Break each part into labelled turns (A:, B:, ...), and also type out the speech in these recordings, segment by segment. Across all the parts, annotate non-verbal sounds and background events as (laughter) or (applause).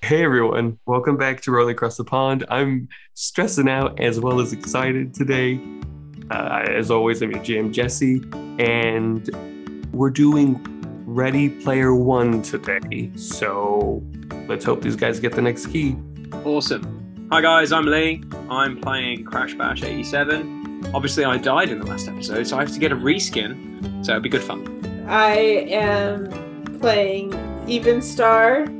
A: Hey everyone, welcome back to Rolling Across the Pond. I'm stressing out as well as excited today. Uh, as always, I'm your GM Jesse, and we're doing Ready Player One today. So let's hope these guys get the next key.
B: Awesome. Hi guys, I'm Lee. I'm playing Crash Bash 87. Obviously, I died in the last episode, so I have to get a reskin. So it'll be good fun.
C: I am playing Evenstar.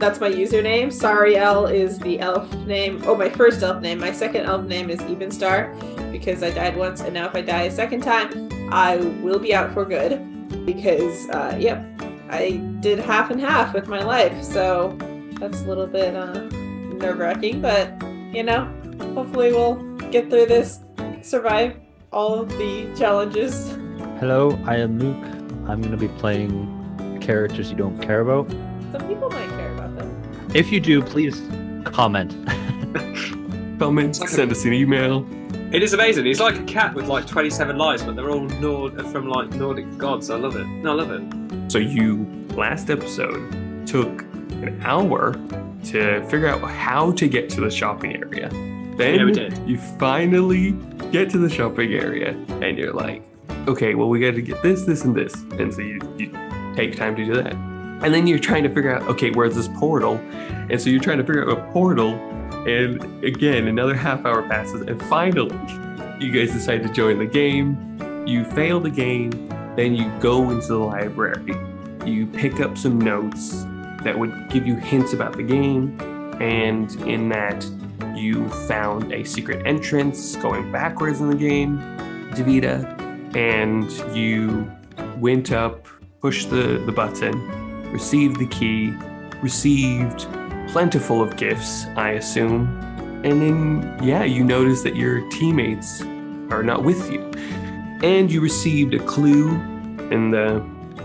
C: That's my username. Sariel is the elf name. Oh, my first elf name. My second elf name is Evenstar because I died once, and now if I die a second time, I will be out for good. Because, uh, yep, I did half and half with my life, so that's a little bit uh, nerve wracking, but you know, hopefully we'll get through this, survive all of the challenges.
D: Hello, I am Luke. I'm going to be playing characters you don't care about.
C: Some people might care about them.
D: If you do, please comment. (laughs)
A: Comment, send us an email.
B: It is amazing. It's like a cat with like 27 lives, but they're all Nord from like Nordic gods. I love it. No, I love it.
A: So you last episode took an hour to figure out how to get to the shopping area. Then
B: Yeah, we did.
A: you finally get to the shopping area and you're like, okay, well we gotta get this, this, and this. And so you, you take time to do that. And then you're trying to figure out, okay, where's this portal? And so you're trying to figure out a portal, and again, another half hour passes, and finally you guys decide to join the game. You fail the game, then you go into the library. You pick up some notes that would give you hints about the game, and in that, you found a secret entrance going backwards in the game, Davida, and you went up, pushed the, the button, received the key, received plentiful of gifts, I assume, and then, yeah, you notice that your teammates are not with you. And you received a clue in the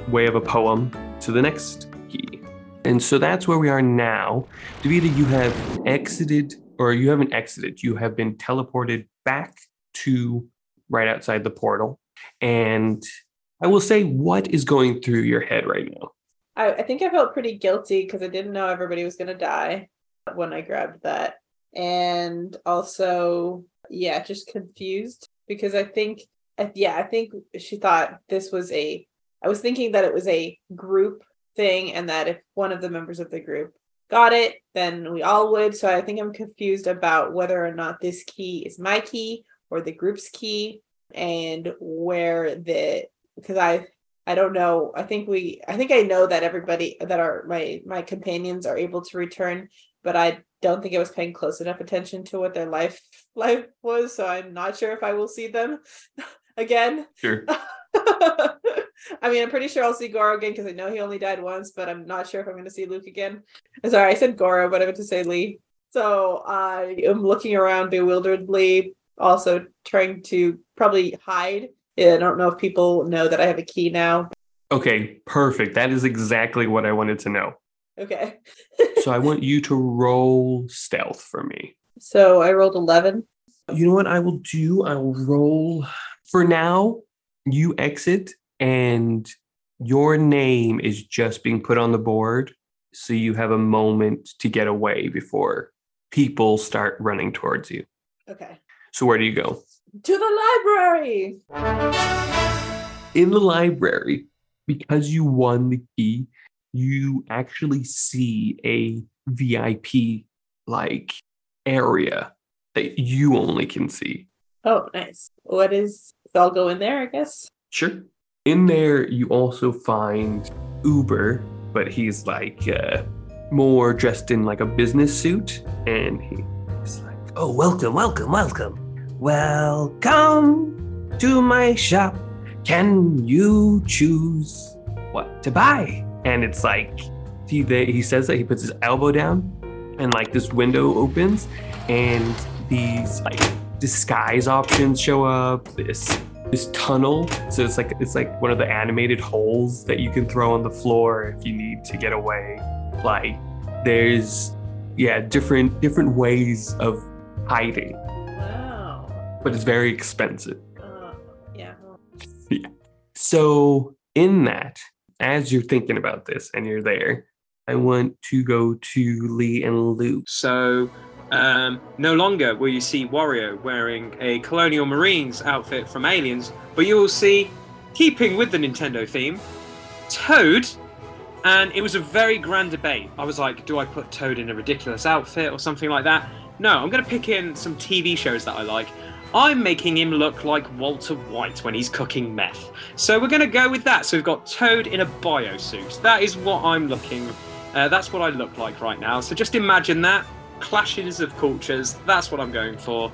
A: way of a poem to the next key. And so that's where we are now. Davida, you have exited, or you haven't exited, you have been teleported back to right outside the portal. And I will say, what is going through your head right now?
C: I, I think I felt pretty guilty because I didn't know everybody was gonna die when I grabbed that. And also, yeah, just confused because I think I- yeah, I think she thought this was a I was thinking that it was a group thing and that if one of the members of the group got it, then we all would. So I think I'm confused about whether or not this key is my key or the group's key and where the because I I don't know. I think we I think I know that everybody that are my my companions are able to return, but I don't think I was paying close enough attention to what their life (laughs) life was, so I'm not sure if I will see them (laughs) again. (laughs)
A: Sure.
C: I mean, I'm pretty sure I'll see Goro again because I know he only died once, but I'm not sure if I'm going to see Luke again. Sorry, I said Goro, but I meant to say Lee. So I am looking around bewilderedly, also trying to probably hide. Yeah, I don't know if people know that I have a key now.
A: Okay, perfect. That is exactly what I wanted to know.
C: Okay.
A: so I want you to roll stealth for me.
C: So I rolled 11.
A: You know what I will do? I will roll. For now, you exit and your name is just being put on the board. So you have a moment to get away before people start running towards you.
C: Okay.
A: So where do you go?
C: To the library.
A: in the library because you won the key you actually see a vip like area that you only can see
C: Oh, nice. What is, I'll go in there, I guess.
A: sure in there you also find uber but he's like uh, more dressed in like a business suit and he's like oh welcome welcome welcome welcome to my shop can you choose what to buy and it's like he they, he says that he puts his elbow down and like this window opens and these like disguise options show up this this tunnel so it's like it's like one of the animated holes that you can throw on the floor if you need to get away like there's yeah different different ways of hiding
C: Wow.
A: but it's very expensive
C: Uh, yeah. (laughs)
A: so in that as you're thinking about this and you're there I want to go to Lee and Luke.
B: So, um, no longer will you see Wario wearing a Colonial Marines outfit from Aliens, but you will see, keeping with the Nintendo theme, Toad. And it was a very grand debate. I was like, do I put Toad in a ridiculous outfit or something like that? No, I'm going to pick in some TV shows that I like. I'm making him look like Walter White when he's cooking meth. So we're going to go with that. So we've got Toad in a bio suit. That is what I'm looking. Uh, that's what I look like right now. So just imagine that clashes of cultures. That's what I'm going for.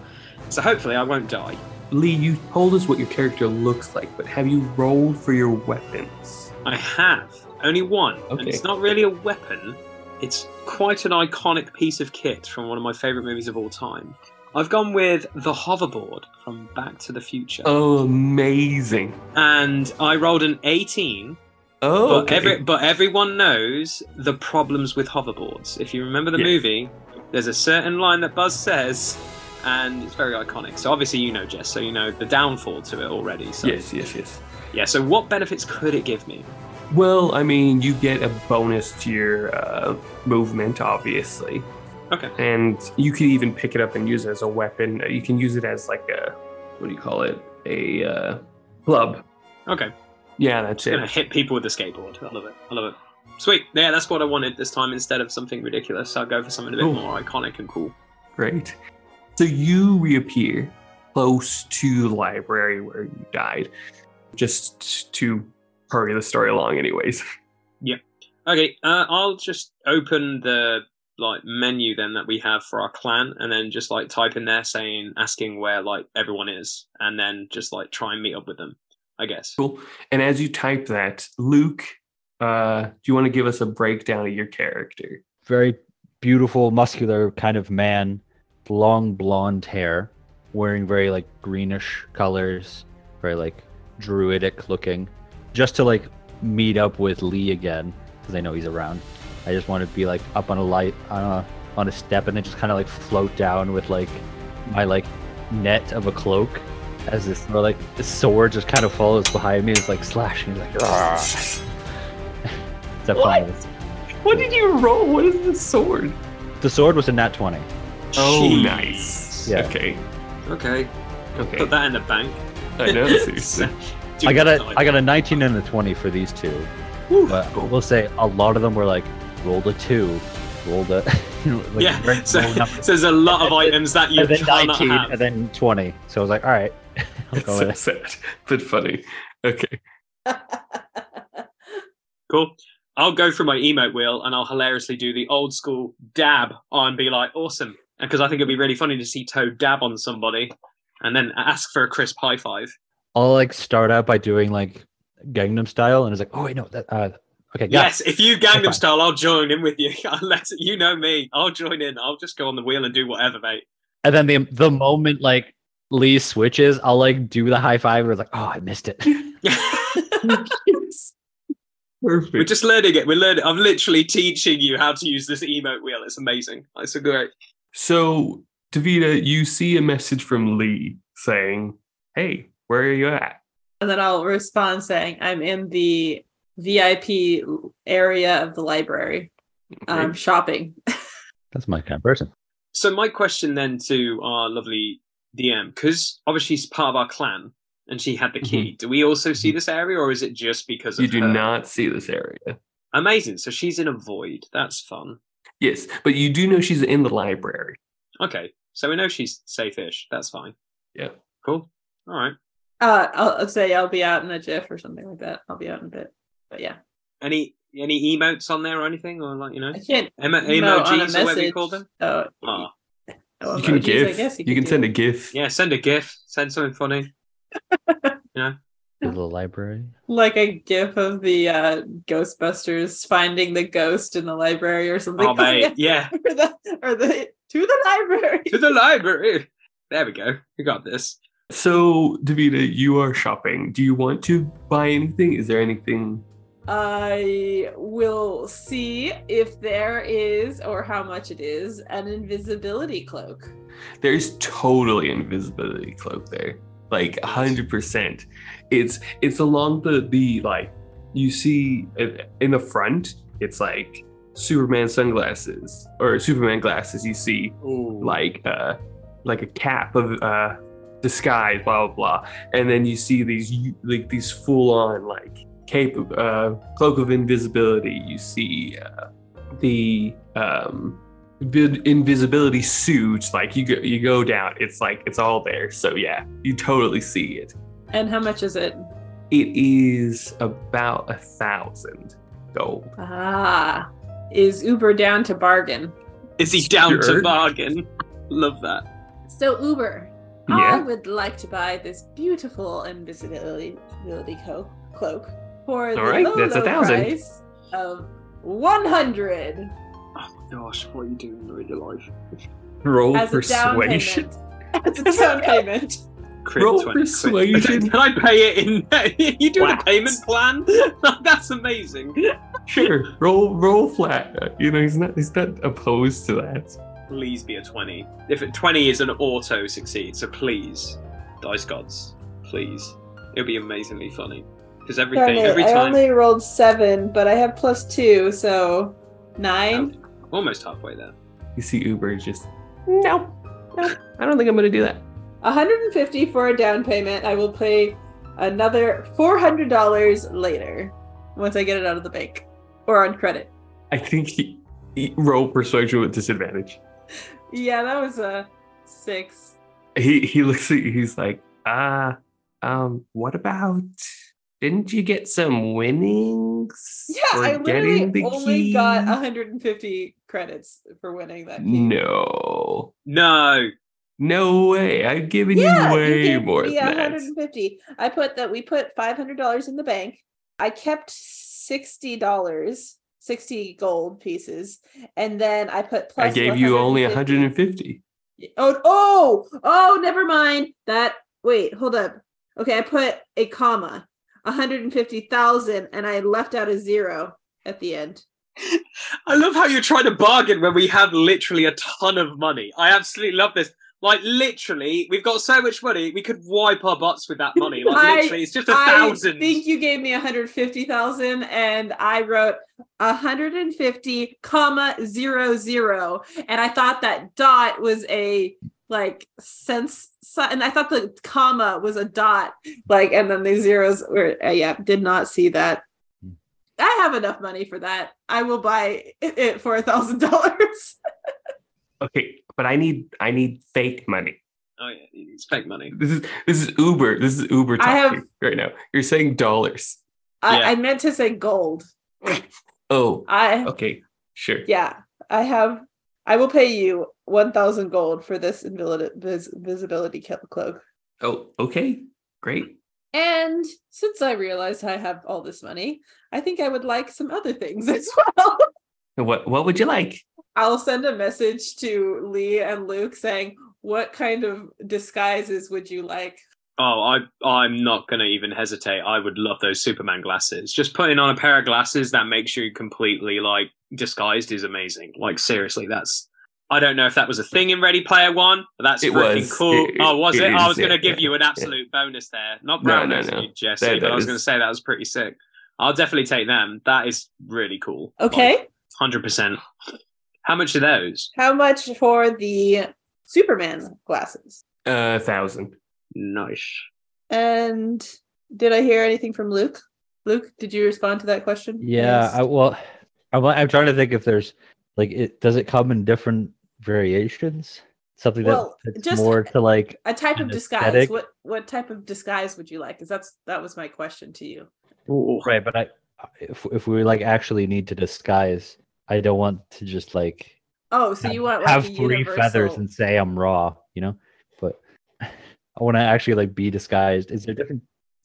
B: So hopefully I won't die.
A: Lee, you told us what your character looks like, but have you rolled for your weapons?
B: I have only one, and
A: Okay.
B: it's not really a weapon. It's quite an iconic piece of kit from one of my favorite movies of all time. I've gone with the hoverboard from Back to the Future,
A: Oh, amazing.
B: and I rolled an 18.
A: Oh,
B: But,
A: okay.
B: every, but everyone knows the problems with hoverboards. If you remember the
A: Yeah.
B: movie, there's a certain line that Buzz says, and it's very iconic. So obviously you know Jess, so you know the downfall to it already. So
A: yes, yes, yes.
B: yeah. So what benefits could it give me?
A: Well, I mean, you get a bonus to your uh, movement, obviously.
B: Okay.
A: And you could even pick it up and use it as a weapon. Uh, You can use it as like a, what do you call it? A uh, club.
B: Okay,
A: Yeah, that's
B: gonna
A: it.
B: hit people with the skateboard. I love it. I love it. Sweet. Yeah, that's what I wanted this time. Instead of something ridiculous, I'll go for something a bit
A: Cool.
B: more iconic and cool.
A: Great. So you reappear close to the library where you died, just to hurry the story along, anyways.
B: Okay, uh, I'll just open the like menu then that we have for our clan, and then just like type in there saying asking where like everyone is, and then just like try and meet up with them. I guess.
A: Cool. And as you type that, Luke, uh, do you want to give us a breakdown of your character?
D: very beautiful, muscular kind of man, long blonde hair, wearing very like greenish colors, very like druidic looking. Just to like meet up with Lee again because I know he's around. I just want to be like up on a light on a on a step and then just kind of like float down with like my like net of a cloak as this or, like this sword just kind of follows behind me. It's like slashing like. "Argh." (laughs) Is that
A: What?
D: fine?
A: What did you roll? What is this sword?
D: The sword was a nat twenty.
A: Oh,
B: Jeez.
A: nice.
D: Yeah.
A: Okay.
B: Okay.
A: Okay.
B: Put that in the bank.
A: I know. (laughs)
B: (laughs)
A: seriously.
B: Do
D: I got a
B: not die.
D: I uh, got a 19 and a 20 for these two. But we'll say a lot of them were like rolled a two, rolled a (laughs) you know, like
B: yeah.
D: very
B: so, (laughs)
D: low numbers,
B: so there's a lot of items that you
D: and then
B: cannot
D: 19
B: have.
D: and then 20. So I was like, all right, (laughs) I'll
A: It's
D: go
A: so
D: with it.
A: sad, but funny. Okay.
B: Cool. I'll go through my emote wheel and I'll hilariously do the old school dab and be like, awesome. Because I think it'd be really funny to see Toad dab on somebody and then ask for a crisp high five.
D: I'll like start out by doing like Gangnam Style, and it's like, oh wait, no, that uh, okay, got it."
B: Yes, if you
D: High
B: Gangnam
D: five.
B: Style, I'll join in with you. (laughs) I'll let you know me. I'll join in. I'll just go on the wheel and do whatever, mate.
D: And then the the moment like Lee switches, I'll like do the high five, and it's like, oh, I missed it. (laughs)
A: Perfect.
B: We're just learning it. We're learning. I'm literally teaching you how to use this emote wheel. It's amazing. It's a great.
A: So, Davita, you see a message from Lee saying, Hey, where are you at?
C: And then I'll respond saying, I'm in the VIP area of the library. Um,
A: Okay.
C: shopping. (laughs)
D: That's my kind of person.
B: So my question then to our lovely DM, because obviously she's part of our clan and she had the key. Do we also see this area, or is it just because of
A: Mm-hmm. you do
C: uh,
B: her?
A: not see this area.
B: Amazing. So she's in a void. That's fun.
A: Yes, but you do know she's in the library.
B: Okay. So we know she's safe-ish. That's fine.
A: Yeah.
B: Cool. All right.
C: Uh, I'll, I'll say I'll be out in a jiff or something like that. I'll be out in a bit. But yeah,
B: Any any emotes on there or anything, or like you know,
C: I can't.
B: Emo-
C: emote on a
B: emojis or whatever you call
C: message.
B: them?
C: Oh,
B: Ah,
C: oh,
A: you can
C: emojis,
A: give.
C: I guess
A: you, can
C: do.
A: send a gif.
B: yeah. Send a GIF. Send something
C: (laughs)
B: funny.
D: Go to the library.
C: like a gif of the uh Ghostbusters finding the ghost in the library or something. (laughs)
B: Oh, mate. Yeah.
C: or the or the to the library.
B: To the library. There we go. We got this.
A: So, Davita, you are shopping. Do you want to buy anything? Is there anything?
C: I will see if there is or how much it is an invisibility cloak.
A: There's totally invisibility cloak there, like hundred percent. It's it's along the the like you see in in the front. It's like Superman sunglasses or Superman glasses, you see
B: Ooh.
A: like uh like a cap of uh disguise blah blah blah and then you see these u- like these full on like cape of, uh cloak of invisibility you see uh, the um vid- invisibility suit like you go you go down it's like it's all there so yeah you totally see it
C: And how much is it?
A: it is about a thousand gold
C: Ah, is Uber down to bargain?
B: Is he down
A: Sure.
B: to bargain? Love that.
C: So Uber, I
A: yeah
C: would like to buy this beautiful invisibility invisibility co- cloak for the
A: All right,
C: low,
A: that's a
C: low
A: thousand.
C: price of one hundred
B: Gosh, what are you doing with your life?
A: roll
C: as a down
A: persuasion (laughs)
C: payment. As a down payment.
B: Crit
A: Roll
B: 20 quid.
A: persuasion.
B: (laughs) Can I pay it in? (laughs) you doing a
A: What?
B: payment plan? (laughs) That's amazing.
A: sure roll roll flat you know he's not he's not opposed to that
B: Please be a 20. If a 20 is an auto succeed, so please, dice gods, please. It'll be amazingly funny. Because
C: Darn
B: everything,
C: it,
B: every
C: I
B: time,
C: only rolled seven, but I have plus two, so nine.
B: almost halfway there.
A: You see Uber is just no, no. I don't think I'm gonna do that.
C: 150 for a down payment. I will pay another $400 later once I get it out of the bank or on credit.
A: I think he, he roll persuasion with disadvantage.
C: Yeah, that was a six.
A: He he looks at you. He's like, ah, um, what about? Didn't you get some winnings?
C: Yeah,
A: for
C: I
A: getting
C: literally
A: the
C: only
A: key?"
C: got 150 credits for winning that key.
A: No,
B: No!
A: no way. I've given you
C: Yeah, you
A: way
C: gave
A: more
C: me
A: than that.
C: 150. I put that we put $500 in the bank. I kept $60, 60 gold pieces, and then I put plus
A: I gave you only
C: 150.
A: 150.
C: Oh, oh, oh, never mind. That wait, hold up. Okay, I put a comma, 150,000, and I left out a zero at the end.
B: I love how you're trying to bargain when we have literally a ton of money. I absolutely love this. Like literally, we've got so much money, we could wipe our butts with that money. Like
C: (laughs) I-
B: literally, it's just a
C: I
B: thousand.
C: think you gave me 150,000 and I wrote 150 comma zero zero and I thought that dot was a like sense si- and I thought the comma was a dot like and then the zeros were uh, yeah did not see that
D: Hmm.
C: I have enough money for that I will buy it- it for a thousand dollars
A: Okay, but I need I need fake money.
B: Oh yeah, it's fake money.
A: This is this is Uber. This is Uber
C: I
A: talking
C: have-
A: right now. You're saying dollars.
B: Yeah.
C: I, I meant to say gold
A: Oh,
C: I
A: okay, sure.
C: Yeah, I have. I will pay you one thousand gold for this invili- vis- visibility clo- cloak.
A: Oh, okay, great.
C: And since I realized I have all this money, I think I would like some other things (laughs) as well.
A: What what would you like?
C: I'll send a message to Lee and Luke saying, "What kind of disguises would you like?"
B: Oh, I I'm not gonna even hesitate. I would love those Superman glasses. Just putting on a pair of glasses that makes you completely like disguised is amazing. Like seriously, that's I don't know if that was a thing in Ready Player One, but that's
A: It
B: freaking
A: was.
B: cool.
A: It-
B: oh, was
A: it
B: it?
A: is,
B: I was gonna
A: yeah,
B: give
A: yeah,
B: you an absolute bonus there. Not
A: No,
B: brown
A: no,
B: no,
A: no.
B: Jesse,
A: That-
B: but
A: that
B: I was
A: is-
B: gonna say that was pretty sick. I'll definitely take them. That is really cool.
C: Okay,
B: Hundred percent. How much are those?
C: how much for the Superman glasses?
A: A thousand.
B: Nice.
C: And did I hear anything from Luke? Luke, did you respond to that question?
D: Yeah, I, well, I'm, I'm trying to think if there's like it does it come in different variations? Something
C: Well,
D: that fits
C: just-
D: more to like
C: a type of
D: an
C: disguise
D: aesthetic.
C: what what type of disguise would you like because that's that was my question to you
D: right, but I if if we like actually need to disguise, I don't want to just like
C: oh so you want like,
D: have
C: a
D: three feathers
C: universal-
D: and say I'm raw, you know? But (laughs) I want to actually like be disguised. Is there different?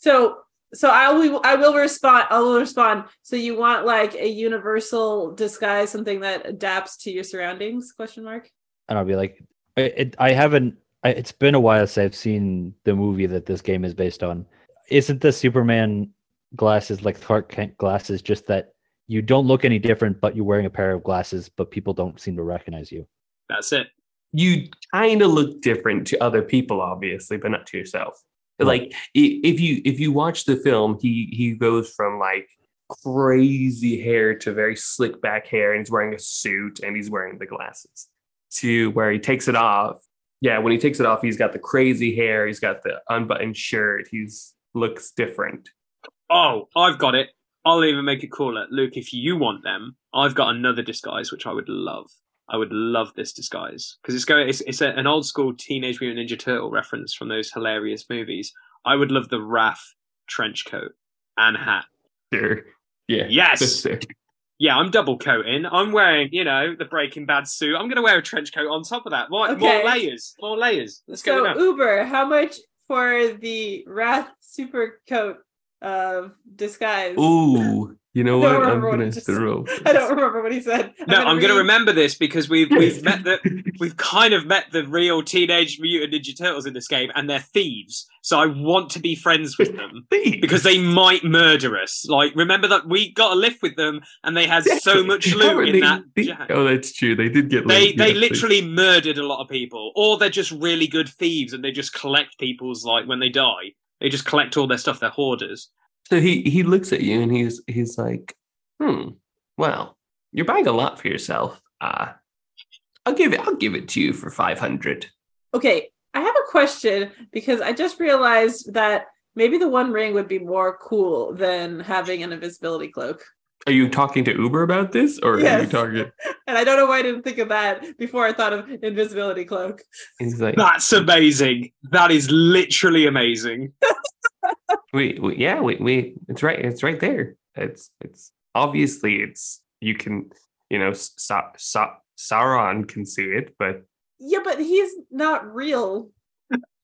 C: so so i will i will respond i will respond so you want like a universal disguise something that adapts to your surroundings question mark
D: And I'll be like, I, it, I haven't. I, it's been a while since I've seen the movie that this game is based on. Isn't the Superman glasses like Clark Kent glasses? Just that you don't look any different, but you're wearing a pair of glasses, but people don't seem to recognize you.
B: That's it.
A: You kind of look different to other people, obviously, but not to yourself.
D: Right.
A: Like i- if you if you watch the film, he he goes from like crazy hair to very slick back hair, and he's wearing a suit and he's wearing the glasses. To where he takes it off. Yeah, when he takes it off, he's got the crazy hair, he's got the unbuttoned shirt, he's looks different.
B: Oh, I've got it. I'll even make it cooler. Luke, if you want them, I've got another disguise which I would love. I would love this disguise because it's going. It's, it's a, an old school Teenage Mutant Ninja Turtle reference from those hilarious movies. I would love the Raph trench coat and hat.
A: Sure. Yeah. (laughs)
B: Yes. Yeah, I'm double coating. I'm wearing, you know, the Breaking Bad suit. I'm going to wear a trench coat on top of that. More, more
C: Okay.
B: layers. More layers. Let's go.
C: so
B: with that.
C: Uber, how much for the Wrath super coat of disguise?
A: Ooh, you know what?
C: I don't
A: I'm
C: remember what
A: gonna
C: it just-
A: throw.
C: (laughs)
A: (laughs)
C: I don't remember what he said.
B: No, I'm going to
C: read-
B: remember this because we've
C: (laughs)
B: we've
A: (laughs)
B: met the we've kind of met the real Teenage Mutant Ninja Turtles in this game, and they're thieves. So I want to be
A: (laughs)
B: friends with them because they might murder us. Like, remember that we got a lift with them, and they had so much loot in that. jacket.
A: Oh, that's true. They did get.
B: They
A: linked,
B: they
A: yes,
B: literally murdered a lot of people, or they're just really good thieves and they just collect people's like when they die, they just collect all their stuff. They're hoarders.
A: So he he looks at you and he's he's like, hmm, well, you're buying a lot for yourself. Uh I'll give it I'll give it to you for five hundred.
C: Okay, I have a question because I just realized that maybe the One Ring would be more cool than having an invisibility cloak,
A: Are you talking to Uber about this or are you
B: (laughs)
C: Yes.
A: talking?
C: and I don't know why I didn't think of that before I thought of invisibility cloak.
A: And he's like,
B: That's amazing. That is literally amazing.
A: we, we yeah, we, we it's right it's right there. It's it's obviously it's you can you know Sa- Sa- Sauron can see it, but
C: Yeah, but he's not real.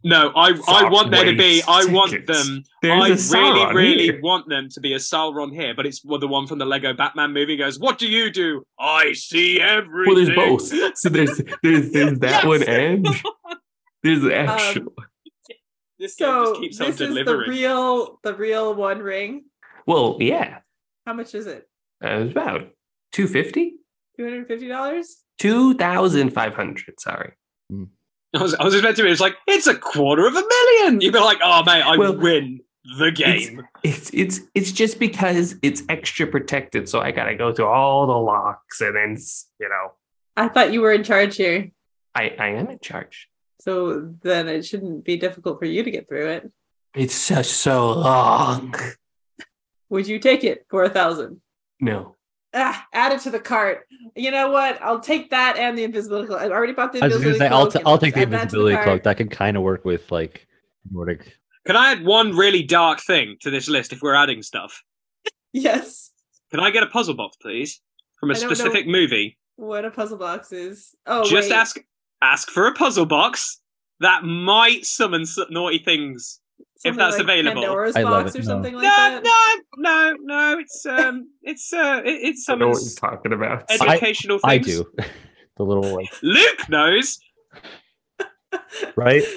B: No, I I
A: Fuck,
B: want there to be.
A: waste
B: I want
A: tickets.
B: them.
A: there's a
B: I really
A: Sauron
B: really
A: here.
B: want them to be a Sauron here, but it's well, the one from the Lego Batman movie. Goes, what do you do? I see everything.
A: Well, there's both. So there's there's there's that
B: Yes!
A: one and there's the actual.
B: This game
C: So
B: just keeps on
C: this is the
B: delivering.
C: real, the real One Ring.
A: well, yeah,
C: How much is it?
A: uh, it was about two fifty.
C: Two hundred fifty dollars.
A: 2,500, sorry.
B: I was, I was expecting it. It's like it's a quarter of a million. You'd be like, "Oh mate, I
A: Well,
B: win the game."
A: It's it's it's just because it's extra protected, so I gotta go through all the locks and then s- you know
C: I thought you were in charge here,
A: I I am in charge.
C: so then it shouldn't be difficult for you to get through it.
A: It's so so long.
C: Would you take it for a thousand?
A: No,
C: Ah, add it to the cart. You know what? I'll take that and the invisibility cloak. I've already bought the
D: I was gonna
C: invisibility
D: say
C: cloak.
D: I'll, t-
C: and
D: I'll
C: let's
D: take the
C: add that to
D: invisibility
C: cart.
D: cloak. That can kind of work with like Nordic.
B: Can I add one really dark thing to this list if we're adding stuff?
C: (laughs) Yes.
B: Can I get a puzzle box, please, from a
C: I don't know.
B: specific movie?
C: What a puzzle box is. Oh,
B: Just
C: wait.
B: ask ask for a puzzle box that might summon s- naughty things. if
C: Something
B: that's
C: like
B: available.
C: Pandora's
D: I love
C: box
D: it,
C: or
D: no.
C: something like
B: no,
C: that.
B: no, no, no. It's um, it's uh, it, it
A: I know what you're
B: summons
A: talking about.
D: I-
B: educational
D: I
B: things.
D: do. the little like
B: Luke knows.
D: right.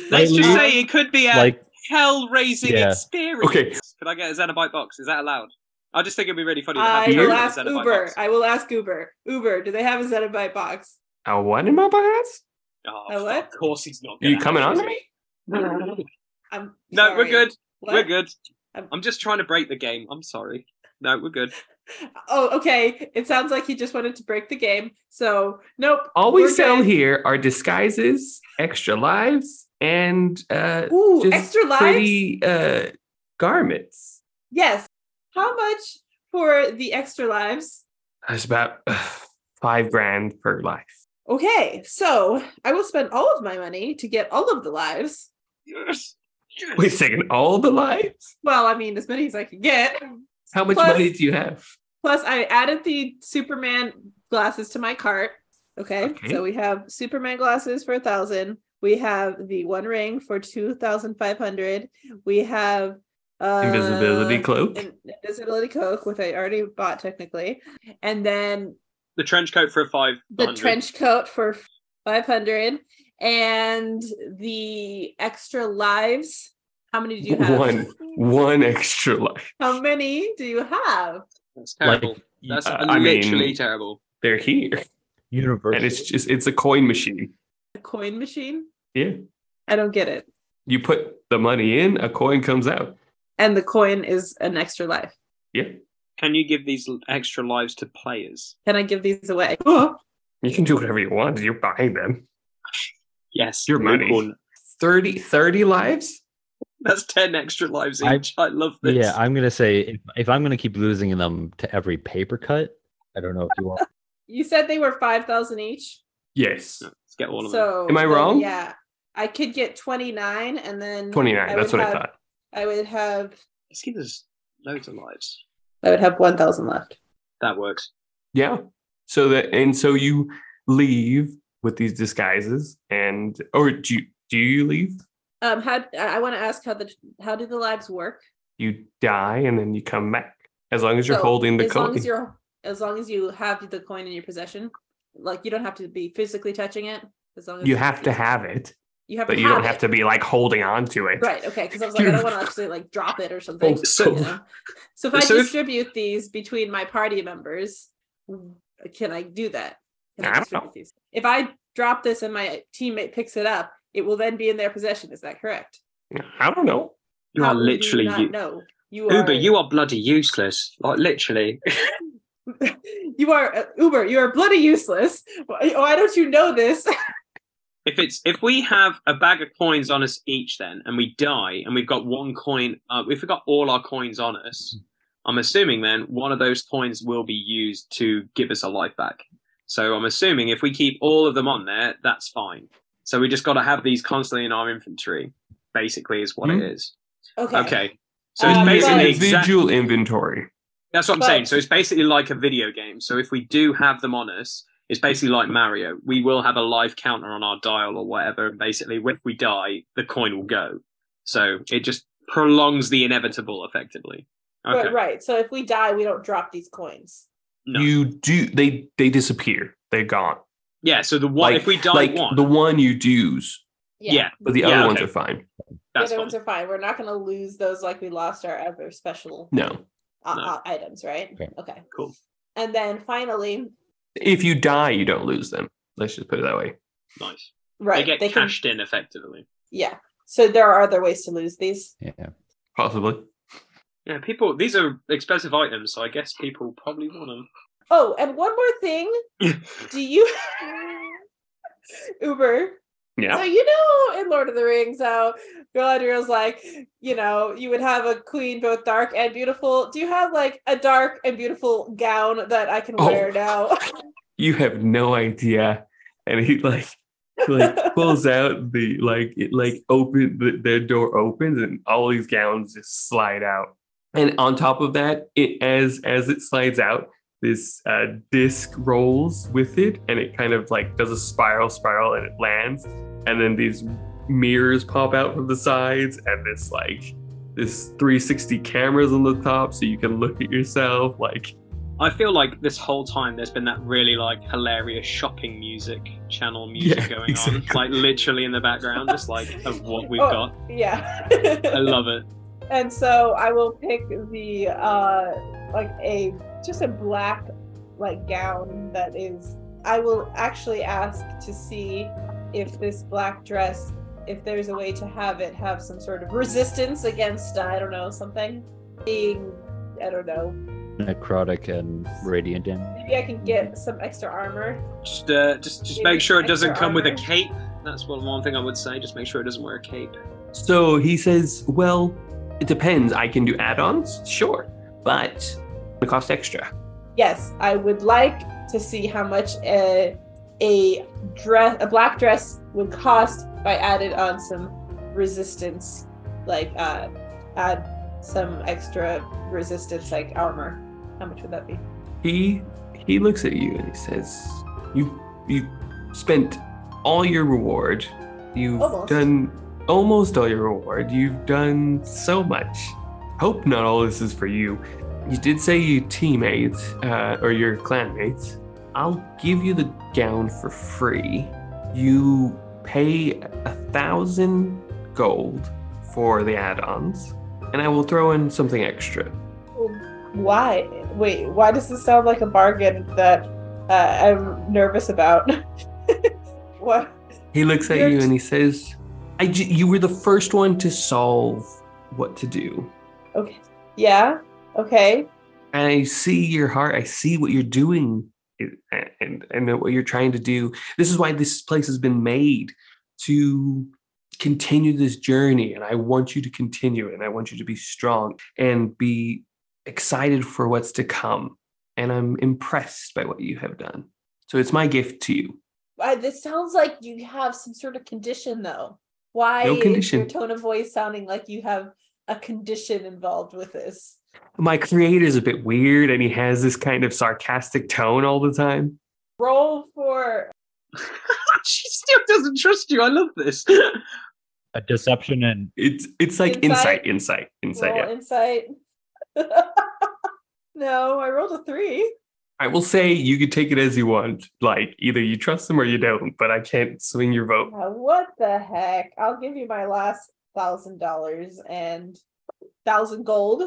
B: Let's
D: Right,
B: just
D: Luke?
B: say it could be a
D: like
B: hell-raising
D: Yeah.
B: experience.
A: Okay.
B: Could I get a Xenobite box? Is that allowed? I just think it'd be really funny to have
C: I
B: you
A: You're-
C: will
B: open a
C: ask
B: Xenobite
C: Uber.
B: box.
C: I will ask Uber. Uber, do they have a Zenobite box?
A: A what in my pants?
B: Oh,
C: A what?
B: Of course he's not.
A: Are
B: gonna
A: you coming
C: (laughs)
B: have
A: on
B: it,
A: to
B: is
A: me?
B: he?
C: I'm
B: No, we're
C: sorry.
B: good.
C: What?
B: We're good.
C: I'm-
B: I'm just trying to break the game. I'm sorry. No, we're good.
C: Oh, okay. It sounds like he just wanted to break the game. So, nope.
A: All we
C: We're
A: sell
C: good.
A: here are disguises, extra lives, and uh,
C: Ooh,
A: just
C: extra lives.
A: pretty uh, garments.
C: Yes. How much for the extra lives?
A: That's about uh, five grand per life. (laughs)
C: Okay, so I will spend all of my money to get all of the lives.
B: Yes. Yes.
A: Wait a second, all the lives?
C: Well, I mean, as many as I can get.
A: How much
C: Plus-
A: money do you have?
C: Plus, I added the Superman glasses to my cart. Okay,
A: Okay.
C: so we have Superman glasses for a thousand. We have the One Ring for two thousand five hundred. We have uh,
A: Invisibility cloak.
C: and invisibility coke, which I already bought technically, and then
B: The trench coat for a five.
C: the trench coat for 500 and the extra lives how many do you have
A: One. One extra life.
C: (laughs) how many do you have
B: That's
D: like
B: terrible. That's
A: uh, I mean-
B: literally terrible.
A: They're here.
D: universal.
A: And it's just it's a coin machine.
C: a coin machine
A: Yeah.
C: i don't get it
A: You put the money in, a coin comes out.
C: and the coin is an extra life
A: Yeah.
B: Can you give these l- extra lives to players?
C: Can I give these away? Oh,
A: Ah, You can do whatever you want. You're buying them.
B: Yes.
A: Your money.
B: unicorn.
A: 30, 30 lives?
B: That's 10 extra lives
D: I-
B: each. I, love this.
D: Yeah, I'm gonna say if, if I'm gonna keep losing them to every paper cut, I don't know if you want.
C: you said they were five thousand each.
A: Yes.
B: Let's get all of them.
C: So
A: Am I
C: then,
A: wrong?
C: Yeah, I could get twenty nine, and then
A: 29.
C: Mm. I
A: That's
C: would
A: what I
C: have-
A: thought.
C: I would have
B: Let's give us loads of lives.
C: I would have one thousand left.
B: That works.
A: Yeah. So that and so you leave with these disguises and or do you do you leave?
C: Um, how I- I want to ask how the how do the lives work?
A: You die and then you come back. As long as you're
C: So,
A: holding the
C: as long
A: coin.
C: as you're as long as you have the coin in your possession, like you don't have to be physically touching it. As long as
A: You have to have it,
C: you have
A: but
C: to
A: you don't
C: it.
A: have to be like holding on to it.
C: Right. Okay. Because I was like, I don't want to actually like drop it or something.
A: Oh, so-
C: you know? so if I
B: So if-
C: distribute these between my party members, can I do that? Can
A: I don't
C: distribute These? If I drop this and my teammate picks it up, it will then be in their possession. Is that correct?
A: I don't know.
B: You
C: How
B: are
C: would you
B: literally
C: not
B: you.
C: know? You are
B: Uber, you are bloody useless. Like literally.
C: (laughs) you are uh, Uber. You are bloody useless. Why, why don't you know this?
B: If it's if we have a bag of coins on us each, then and we die, and we've got one coin, uh, if we've got all our coins on us, I'm assuming then one of those coins will be used to give us a life back. So I'm assuming if we keep all of them on there, that's fine. So we just got to have these constantly in our inventory. Basically, is what
A: Hmm.
B: it is.
C: Okay.
B: Okay. So
C: Um,
B: it's
A: It's
B: basically
C: but-
B: exact-
A: individual inventory.
B: that's what I'm
C: But-
B: saying. So it's basically like a video game. So if we do have them on us, it's basically like Mario. We will have a live counter on our dial or whatever. And basically, if we die, the coin will go. So it just prolongs the inevitable, effectively. Okay.
C: But, right. So if we die, we don't drop these coins.
B: No.
A: You do they they disappear. They're gone.
B: yeah. So the one,
A: like-
B: if we die
A: like
B: one,
A: the one you use,
B: Yeah,
A: but the
B: Yeah,
A: other
B: okay.
A: ones are fine.
C: the
B: that's
C: other
B: fine.
C: ones are fine. We're not going to lose those like we lost our other special
A: No.
C: uh,
B: No.
C: uh, items, right?
D: Okay.
C: Okay.
B: Cool.
C: And then finally,
A: If you die, you don't lose them. Let's just put it that way.
B: nice.
C: right?
B: they get
C: can-
B: cashed in, effectively.
C: yeah. So there are other ways to lose these.
D: Yeah,
A: Possibly.
B: Yeah, people. These are expensive items, so I guess people probably want
C: Oh, and one more
B: (laughs)
C: thing.
B: them.
C: Do you Uber? So
A: Yeah.
C: you know in Lord of the Rings how Galadriel's like, you know, you would have a queen both dark and beautiful. Do you have like a dark and beautiful gown that I can
A: Oh.
C: wear now? (laughs)
A: You have no idea. And he like like pulls out the like it like open the, their door opens and all these gowns just slide out. And on top of that, it as as it slides out, this uh, disc rolls with it and it kind of like does a spiral spiral and it lands and then these mirrors pop out from the sides and this like this 360 cameras on the top so you can look at yourself like
B: I feel like this whole time there's been that really like hilarious shopping music channel music
A: Yeah,
B: going on,
A: exactly.
B: like literally in the background, just like
A: (laughs)
B: of what we've
C: Oh.
B: got.
C: yeah.
B: I love it.
C: and so I will pick the uh like a just a black like gown that is I will actually ask to see if this black dress if there's a way to have it have some sort of resistance against I don't know something being I don't know
D: necrotic and radiant damage.
C: maybe I can get some extra armor
B: Just, uh, just, just
C: Yeah,
B: make sure it doesn't
C: extra
B: come with a
C: armor.
B: cape. That's one one thing I would say. Just make sure it doesn't wear a cape. (laughs)
A: So he says, Well, it depends. I can do add ons, sure, but it costs extra.
C: yes I would like to see how much a a dress a black dress would cost if I added on some resistance like uh add some extra resistance like armor how much would that be
A: He he looks at you and he says, You you spent all your reward. You've
C: Almost.
A: done almost all your reward. You've done so much. Hope not all this is for you. You did say your teammates uh, or your clanmates. I'll give you the gown for free. You pay a thousand gold for the add-ons, and I will throw in something extra.
C: why wait why does this sound like a bargain that uh, i'm nervous about (laughs) what
A: He looks at
C: You're
A: you
C: t-
A: and he says, "I j- you were the first one to solve what to do.
C: yeah okay
A: and I see your heart. I see what you're doing it- and, and, and what you're trying to do. This is why this place has been made to continue this journey. And I want you to continue it. And I want you to be strong and be excited for what's to come. And I'm impressed by what you have done. So it's my gift to you.
C: I, this sounds like you have some sort of condition, though. Why
A: No
C: is your
A: condition.
C: tone of voice sounding like you have a condition involved with this?
A: My creator's a bit weird and he has this kind of sarcastic tone all the time.
C: Roll for (laughs)
B: she still doesn't trust you. I love this.
D: A deception and
A: It's it's like
C: Insight?
A: insight, insight, insight.
C: roll
A: yeah.
C: insight. (laughs) no, I rolled a three.
A: I will say you could take it as you want. Like either you trust them or you don't, but I can't swing your vote.
C: Now, what the heck? I'll give you my last thousand dollars and thousand gold.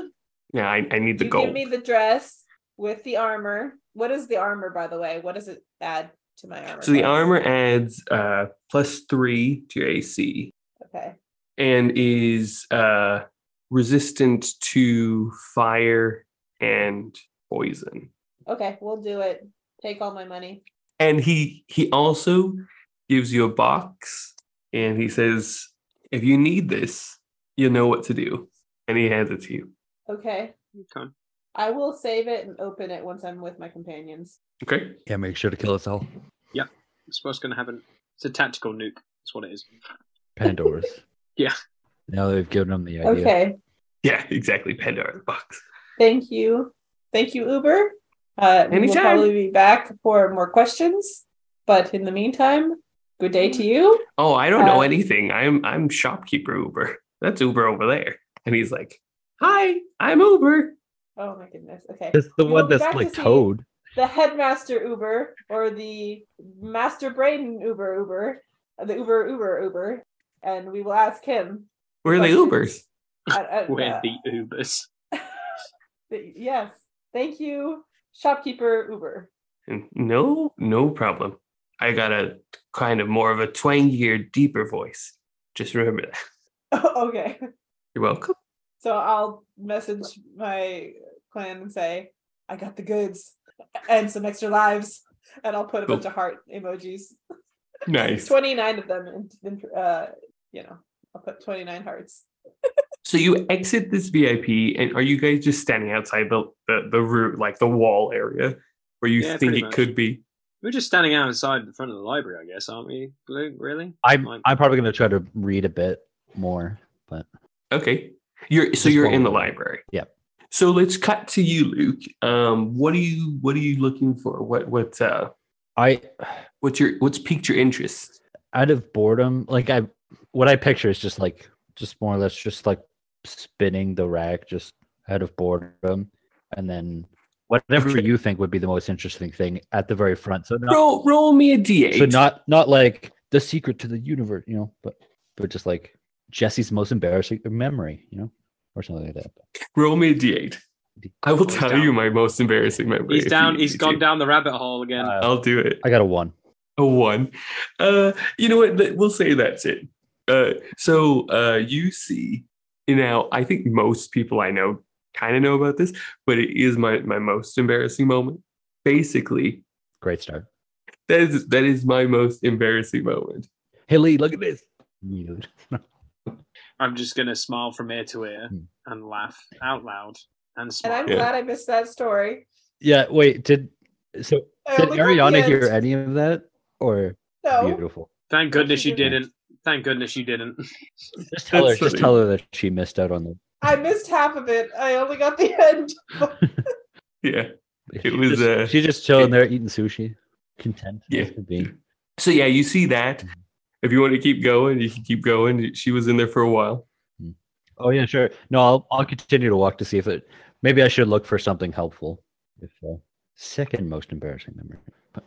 A: Yeah, I, I need the
C: you
A: gold.
C: give me the dress with the armor. What is the armor, by the way? What does it add to my armor?
A: so the
C: class?
A: armor adds uh plus three to your AC
C: Okay.
A: and is uh resistant to fire and poison.
C: Okay, we'll do it. Take all my money.
A: and he he also gives you a box and he says if you need this you know what to do and he hands it to you
C: Okay.
B: Okay.
C: I will save it and open it once I'm with my companions.
A: okay
D: yeah, make sure to kill us all.
B: That's what's going to happen. It's a tactical nuke. That's what it is.
C: (laughs)
D: Pandora's.
B: Yeah.
D: Now they've given them the idea.
C: Okay.
A: yeah (laughs) exactly pandora the box
C: Thank you. Thank you, Uber. Uh, we will
A: Anytime.
C: probably be back for more questions. But in the meantime, good day to you.
A: oh i don't know
C: Uh,
A: anything i'm i'm shopkeeper uber that's uber over there and he's like hi i'm uber
C: Oh my goodness. Okay.
D: It's the
C: We will
D: one
C: be
D: that's
C: back
D: like
C: to see-
D: Toad.
C: The headmaster Uber or the master brain Uber Uber, the Uber Uber Uber, and we will ask him.
A: where are the ubers
C: questions. I- I-
B: We're
C: uh,
B: the Ubers.
C: Th- Yes. Thank you, shopkeeper Uber. (laughs)
A: And, no no problem i got a kind of more of a twangier deeper voice just remember that
C: okay.
A: you're welcome
C: So I'll message my clan and say, I got the goods and some extra lives. And I'll put a
A: Cool.
C: bunch of heart emojis,
A: (laughs) nice
C: 29 of them. And, then, uh, you know, I'll put 29 hearts.
A: So you exit this VIP, and are you guys just standing outside the the, the route, like the wall area, where you
B: Yeah,
A: think
B: pretty
A: it
B: much.
A: could be?
B: We're just standing outside in front of the library, I guess, aren't we, Blue? Really?
D: I'm
B: Like-
D: I'm probably gonna try to read a bit more.
A: Okay, you're so
D: Just
A: you're in the
D: follow.
A: library.
D: Yep.
A: So let's cut to you, Luke. Um, what are you what are you looking for? What what uh
D: I
A: what's your what's piqued your interest?
D: out of boredom, like I what I picture is just like just more or less just like spinning the rack just out of boredom and then whatever
A: Okay.
D: you think would be the most interesting thing at the very front. So not
A: Roll roll me a d8.
D: so not not like the secret to the universe, you know, but but just like Jesse's most embarrassing memory, you know, or something like that.
A: roll me a d8. I will
B: He's
A: tell
B: down.
A: you my most embarrassing memory.
B: He's
A: if
B: down.
A: you
B: He's
A: need
B: gone
A: to.
B: down the rabbit hole again.
D: Uh,
A: I'll do it.
D: I got a one.
A: a one. Uh, you know what? let- We'll say that's it. Uh, so uh, you see, you know, I think most people I know kind of know about this, but it is my my most embarrassing moment. Basically,
D: Great start.
A: that is that is my most embarrassing moment.
D: Hey Lee, look at this. Mute.
B: I'm just gonna smile from ear to ear
D: Hmm.
B: and laugh out loud and
C: And
B: smile.
C: I'm
A: Yeah.
C: glad I missed that story.
D: Yeah, wait, did so
C: I
D: did
C: only got the
D: Ariana hear
C: end.
D: any of that? Or
C: No.
D: beautiful.
B: Thank goodness
C: she
B: you
D: didn't.
B: didn't. Thank goodness you
D: (laughs)
B: didn't.
D: Just tell her
A: That's
D: just
A: funny.
D: tell her that she missed out on
C: I missed half of it. I only got the (laughs) end.
A: Yeah.
D: the
A: It was,
D: just,
A: uh,
D: she's just chilling there eating sushi. Content as
A: Yeah.
D: could be.
A: So yeah, you see that. If you want to keep going, you can keep going. She was in there for a while.
D: Oh yeah, sure. No, I'll I'll continue to walk to see if it maybe I should look for something helpful. If uh, second most embarrassing memory. But,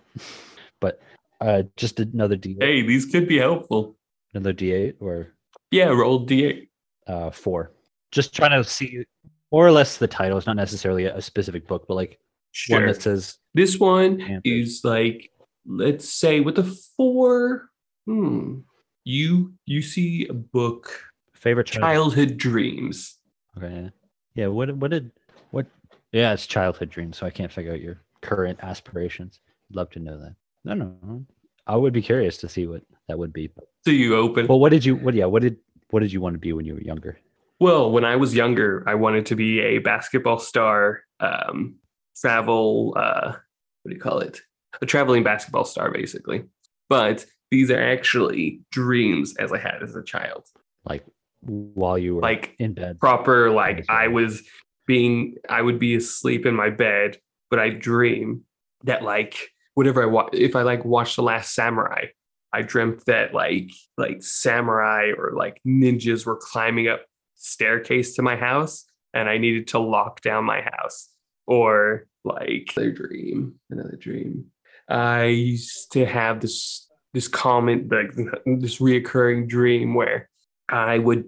D: but uh just another D
A: Hey, these could be helpful.
D: another D eight or
A: Yeah, roll d8.
D: uh, four. Just trying to see more or less the title. It's not necessarily a a specific book, but like
A: Sure.
D: one that says
A: This one
D: Panthers.
A: is like, let's say with a four. Hmm. You you see a book,
D: favorite child.
A: childhood dreams.
D: Okay. Yeah. What? What did? What Yeah, it's childhood dreams, so I can't figure out your current aspirations. I'd love to know that. No, no, I would be curious to see what that would be.
A: So you open.
D: Well, what did you? What? Yeah, what did? What did you want to be when you were younger?
A: Well, when I was younger, I wanted to be a basketball star, um, travel, uh, what do you call it? A traveling basketball star, basically. But these are actually dreams as I had as a child.
D: Like while you were
A: Like
D: in bed.
A: proper, like I was being, I would be asleep in my bed, but I dream that like whatever I watch, if I like watch The Last Samurai, I dreamt that like like samurai or like ninjas were climbing up staircase to my house, and I needed to lock down my house. Or like another dream, another dream. I used to have this this comment like this reoccurring dream where I would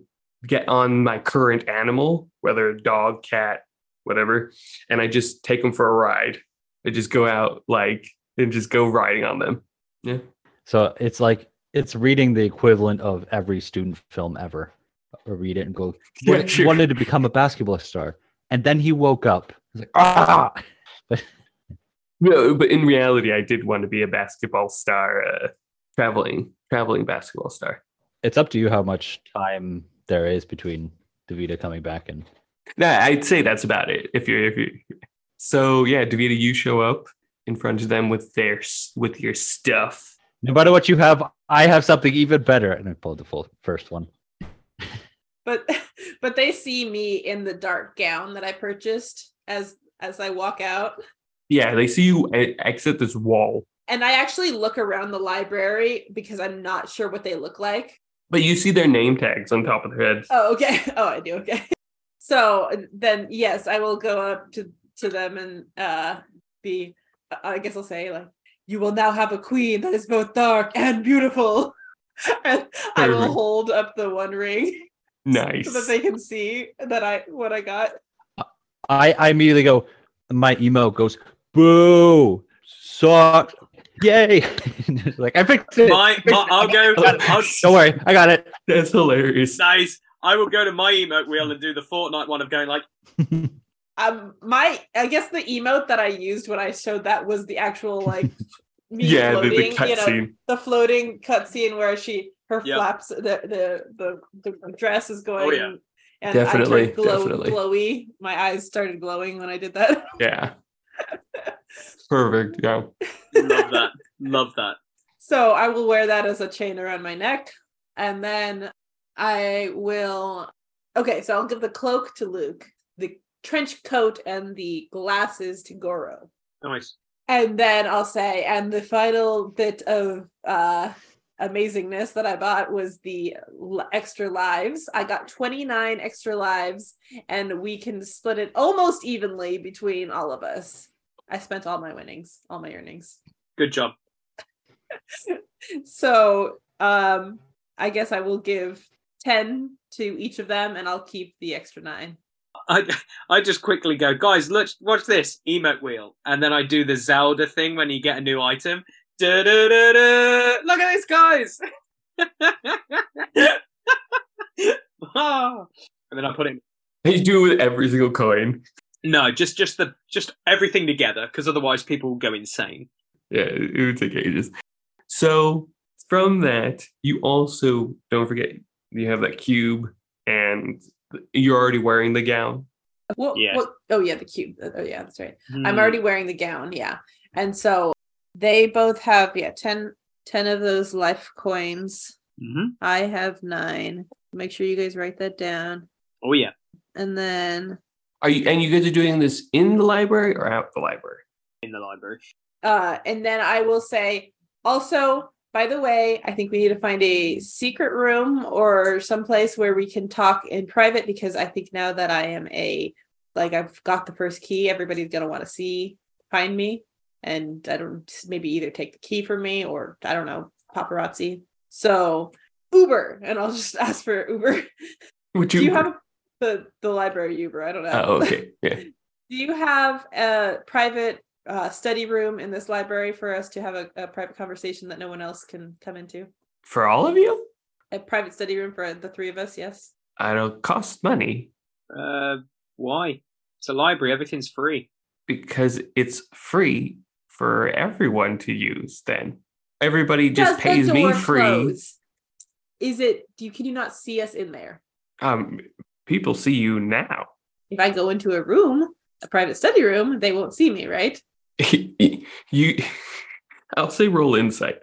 A: get on my current animal, whether a dog, cat, whatever, and I just take them for a ride. I just go out like and just go riding on them. Yeah.
D: So it's like it's reading the equivalent of every student film ever. Or read it and go.
A: Yeah,
D: "Wa-
A: sure.
D: Wanted to become a basketball star, and then he woke up. He's like, ah,
A: No, but in reality, I did want to be a basketball star, uh, traveling traveling basketball star.
D: it's up to you how much time there is between Davida coming back and
A: Yeah, I'd say that's about it. If you're if you, so yeah, Davita, you show up in front of them with their s- with your stuff.
D: no matter what you have, I have something even better. And I pulled the full first one.
C: but but they see me in the dark gown that I purchased as as I walk out.
A: Yeah, they see you e- exit this wall,
C: And I actually look around the library because I'm not sure what they look like.
A: but you see their name tags on top of their heads.
C: Oh, okay. (laughs) Oh, I do. Okay. So then, yes, I will go up to to them and uh be. I guess I'll say like, "You will now have a queen that is both dark and beautiful." (laughs) and I will
A: Perfect.
C: hold up the one ring (laughs)
A: Nice.
C: so that they can see that I what I got.
D: I, I immediately go. My emo goes boo sucks. Yay! (laughs) like I fixed it.
B: My, my, I'll go. I'll,
D: (laughs)
B: (laughs)
D: Don't worry, I got it.
A: That's hilarious.
B: nice. I will go to my emote wheel and do the Fortnite one of going like,
C: Um, my I guess the emote that I used when I showed that was the actual
A: (laughs)
C: like me
A: Yeah, the, the
C: floating, you know,
A: cutscene.
C: the floating cutscene where she her
B: Yeah. Oh,
C: flaps the, the the the dress is going.
B: yeah.
C: And I
A: Definitely,
C: turned glow,
A: definitely.
C: glowy. My eyes started glowing when I did that. (laughs)
A: Yeah. Perfect. Yeah.
B: love that, love that.
C: So I will wear that as a chain around my neck, and then I will. Okay, so I'll give the cloak to Luke, the trench coat, and the glasses to Goro.
B: Nice.
C: and then I'll say, and the final bit of uh, amazingness that I bought was the l- extra lives. I got 29 extra lives, and we can split it almost evenly between all of us. I spent all my winnings, all my earnings.
B: Good job.
C: So um, I guess I will give 10 to each of them, and I'll keep the extra nine.
B: I, I just quickly go, guys, look, watch this emote wheel, and then I do the Zelda thing when you get a new item. Da-da-da-da. Look at this, guys. (laughs) Ah. and then I put in
A: They do it with every single coin.
B: no, just just the just everything together because otherwise people will go insane.
A: Yeah, it it would take ages. So from that, you also don't forget you have that cube, and you're already wearing the gown.
C: What,
B: Yeah.
C: what, oh, yeah, the cube. Oh, yeah, that's right. I'm
B: Mm.
C: already wearing the gown, yeah. And so they both have yeah, 10, 10 of those life coins.
B: Mhm.
C: I have 9. Make sure you guys write that down.
B: Oh yeah.
C: And then
A: Are you and you guys are doing this in the library or out the library?
B: in the library.
C: uh and then I will say also by the way, I think we need to find a secret room or someplace where we can talk in private because I think now that I am a like I've got the first key, everybody's going to want to see find me and I don't maybe either take the key from me or I don't know, paparazzi. So Uber and I'll just (laughs) ask for Uber.
A: Would
C: Do you have the the library Uber? I don't know.
A: Oh, okay. Yeah.
C: Do you have a private uh, study room in this library for us to have a, a private conversation that no one else can come into?
A: For all of you,
C: A private study room for the three of us, yes.
A: I don't cost money.
B: Uh, why? It's a library. Everything's free.
A: because it's free for everyone to use then everybody just
C: Does the
A: pays me
C: door
A: free
C: close? Is it? Do you, can you not see us in there?
A: um people see you now (laughs)
C: If I go into a room, a private study room, they won't see me, right?
A: you i'll say roll
C: (laughs)
A: insight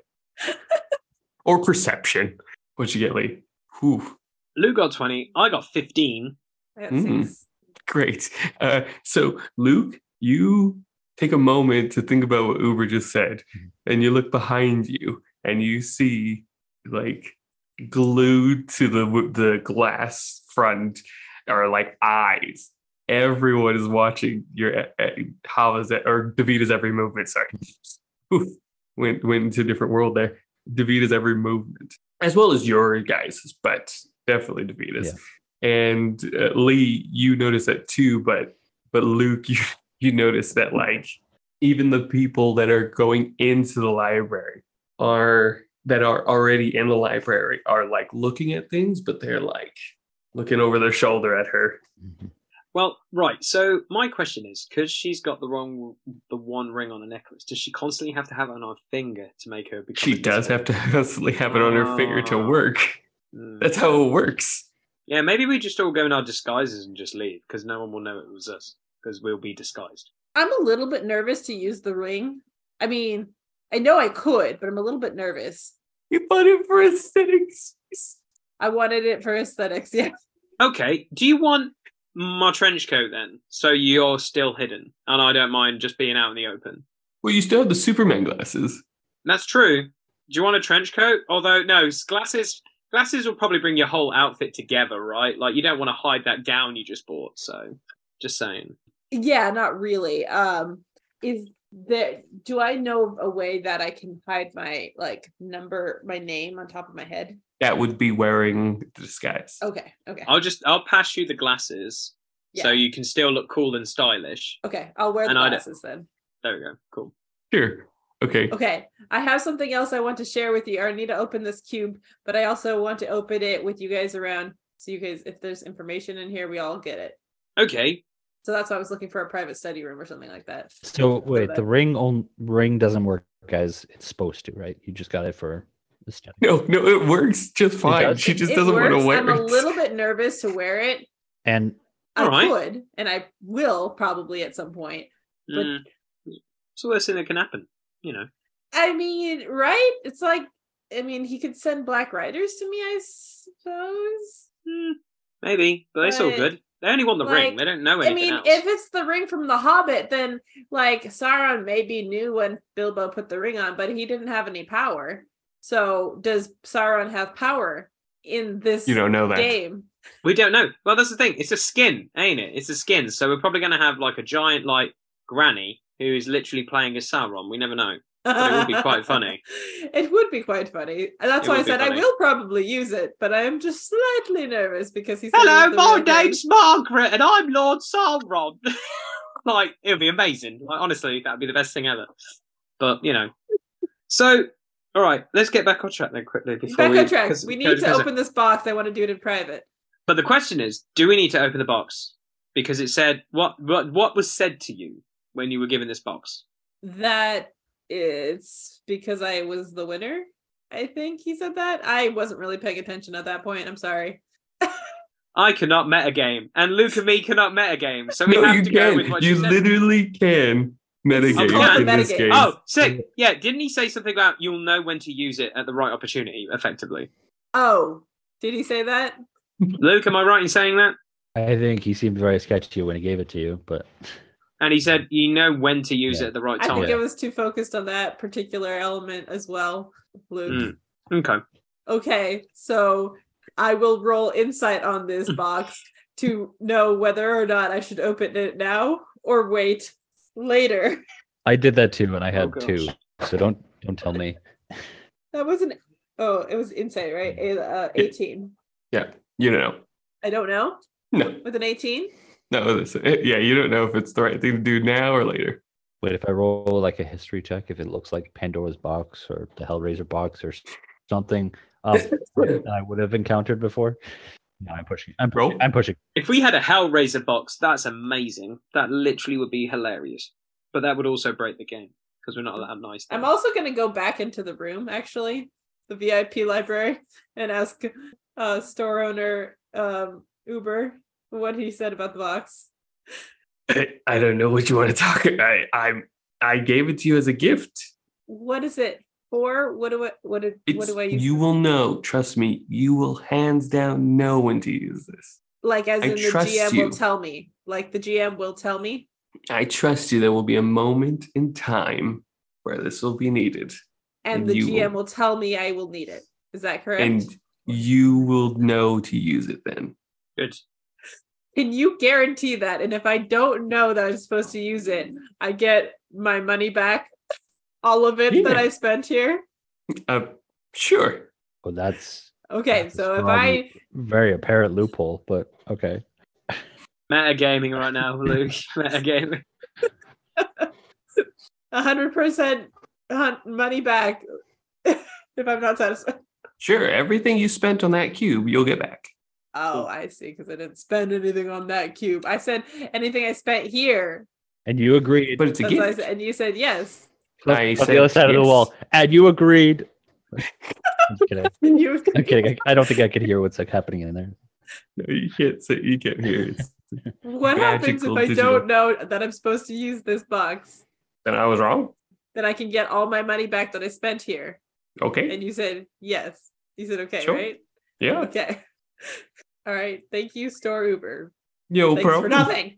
A: or perception what'd you get lee Whew,
B: Lou got 20. I got 15.
C: I got
A: Mm.
C: six.
A: great uh, so luke you take a moment to think about what uber just said and you look behind you and you see like glued to the w- the glass front are like eyes everyone is watching your uh, uh, Hava's or davita's every movement sorry (laughs) Oof, went went into a different world there davita's every movement as well as your guys but definitely davita's and uh, lee you notice that too but but luke (laughs) you you notice that like even the people that are going into the library are that are already in the library are like looking at things but they're like looking over their shoulder at her (laughs)
B: Well, right. So my question is, because she's got the wrong, the one ring on her necklace, does she constantly have to have it on her finger to make her? Become
A: she does have to (laughs) constantly have it on her finger to
B: Ah.
A: work
B: Mm.
A: that's how it works
B: Yeah, maybe we just all go in our disguises and just leave because no one will know it was us because we'll be disguised.
C: I'm a little bit nervous to use the ring. I mean, I know I could, but I'm a little bit nervous.
A: you bought it for aesthetics
C: I wanted it for aesthetics. (laughs) Yeah.
B: Okay, do you want my trench coat then? So you're still hidden and I don't mind just being out in the open.
A: well you still have the superman glasses
B: That's true. Do you want a trench coat? Although, no, s- glasses. Glasses will probably bring your whole outfit together, right? Like you don't want to hide that gown you just bought. So, just saying.
C: Yeah, not really. Um, is there do I know a way that I can hide my like number, my name on top of my head?
A: that would be wearing the disguise
C: Okay, okay.
B: I'll just I'll pass you the glasses so
C: Yeah.
B: you can still look cool and stylish.
C: Okay, I'll wear the
B: And I don't-
C: glasses then.
B: There we go. Cool.
A: sure okay
C: Okay, I have something else I want to share with you. I need to open this cube, but I also want to open it with you guys around so you guys, if there's information in here, we all get it.
B: Okay.
C: So that's why I was looking for a private study room or something like that.
D: So wait,
C: that-
D: the ring on ring doesn't work as it's supposed to, right? You just got it for the study.
A: no no it works just fine
D: does?
A: she just
C: It
A: doesn't want
C: works.
A: to wear
C: I'm a
A: it
C: little bit nervous to wear it.
D: And
C: I
B: All right.
C: could, and I will probably at some point. But-
B: Mm. It's the worst thing that can happen, you know.
C: I mean, right? It's like, I mean, he could send Black Riders to me, I suppose.
B: Mm, maybe, but it's all
C: But,
B: good. They only want the ring.
C: like,
B: They don't know
C: I
B: anything
C: mean,
B: else.
C: if it's the ring from The Hobbit, then like Sauron maybe knew when Bilbo put the ring on, but he didn't have any power. So does Sauron have power in this
A: you don't know that
C: game?
B: We don't know. Well, that's the thing. It's a skin, ain't it? It's a skin. So we're probably going to have like a giant, like granny who is literally playing a Sauron. We never know. But it would be quite funny.
C: (laughs) It would be quite funny. And that's
B: It
C: why I
B: would be
C: said I
B: funny.
C: will probably use it, but I am just slightly nervous because he's
B: Hello, my name's Margaret, and I'm Lord Sauron. (laughs) like it'll be amazing. Like, honestly, that'd be the best thing ever. But you know, so all right, let's get back on track then quickly. Before
C: Back
B: we,
C: on track.
B: because-
C: We
B: because-
C: need to
B: because-
C: open this box. I want to do it in private.
B: But the question is, do we need to open the box? Because it said what what what was said to you when you were given this box.
C: that it's because I was the winner. I think he said that. I wasn't really paying attention at that point. I'm sorry.
B: I cannot metagame, and Luke and me cannot metagame, so we
A: no,
B: have
A: you
B: to go with
A: can.
B: what
A: You
B: she said.
A: literally can
C: I'm
A: metagame
B: trying
A: in
C: to
A: this
C: metagame.
A: game.
B: Oh, sick! Yeah, didn't he say something about you'll know when to use it at the right opportunity? Effectively,
C: Oh, did he say that?
B: Luke, am I right in saying that?
D: I think he seemed very sketchy when he gave it to you, but
B: And he said you know when to use it at the right
C: I
B: time.
C: think I was too focused on that particular element as well, Luke.
B: Okay.
C: Okay, so I will roll insight on this box to know whether or not I should open it now or wait later. (laughs)
D: I did that too, and I
B: Oh,
D: had
B: gosh.
D: two. So don't don't tell me.
C: That was an oh, it was insight, right? A- Uh, 18.
A: You don't know.
C: I don't know.
A: No,
C: With an 18?
A: no. This, eh, yeah, you don't know if it's the right thing to do now or later.
D: Wait, if I roll like a history check, if it looks like Pandora's box
A: (laughs)
D: or the Hellraiser box or s- something, um, that I would have encountered before. No, I'm pushing. I'm
A: Roll.
D: pushing. I'm pushing.
B: If we had a Hellraiser box, that's amazing. That literally would be hilarious. But that would also break the game because we're not allowed nice.
C: I'm
B: things.
C: also going to go back into the room, actually, the VIP library, and ask uh, store owner um, Uber what he said about the box.
A: I, I don't know what you want to talk about. I, am I gave it to you as a gift.
C: What is it for? What do I what do, what
A: It's,
C: do I use?
A: you will know. Trust me. You will hands down know when to use this.
C: like as
A: I
C: in the
A: trust
C: GM
A: you.
C: will tell me. Like the GM will tell me.
A: I trust you. There will be a moment in time where this will be needed,
C: And,
A: And
C: the
A: you
C: GM
A: will-
C: will tell me I will need it. Is that correct?
A: and you will know to use it then.
B: good.
C: Can you guarantee that? And if I don't know that I'm supposed to use it, I get my money back, all of it that
A: Yeah.
C: I spent here.
A: Uh, sure.
D: Well, that's
C: Okay,
D: That's
C: so if I
D: probably- very apparent loophole, but okay.
B: Metagaming right now, Luke. (laughs)
C: (laughs)
B: Metagaming.
C: 100% hun- money back, (laughs) if I'm not satisfied.
A: Sure. Everything you spent on that cube, you'll get back.
C: Oh, I see, because I didn't spend anything on that cube. I said anything I spent here.
D: And you agreed.
A: But it's a
C: That's
A: gift.
C: what I said, and you
A: (laughs)
C: said yes.
D: Look
A: I
D: on
A: said
D: the other side of the wall. And
A: (laughs)
D: you agreed. I'm just kidding.
C: And you
D: I'm kidding. I, I don't think I could hear what's like happening in there.
A: No, you can't say you can't hear it.
C: (laughs) what happens if
A: Magical
C: I
A: digital-
C: don't know that I'm supposed to use this box?
A: (laughs) Then I was wrong.
C: Then I can get all my money back that I spent here.
A: Okay.
C: And you said yes. You said okay,
A: Sure.
C: right?
A: Yeah.
C: Okay. (laughs) All right. Thank you, store Uber.
A: No
C: Thanks for
A: problem.
C: nothing.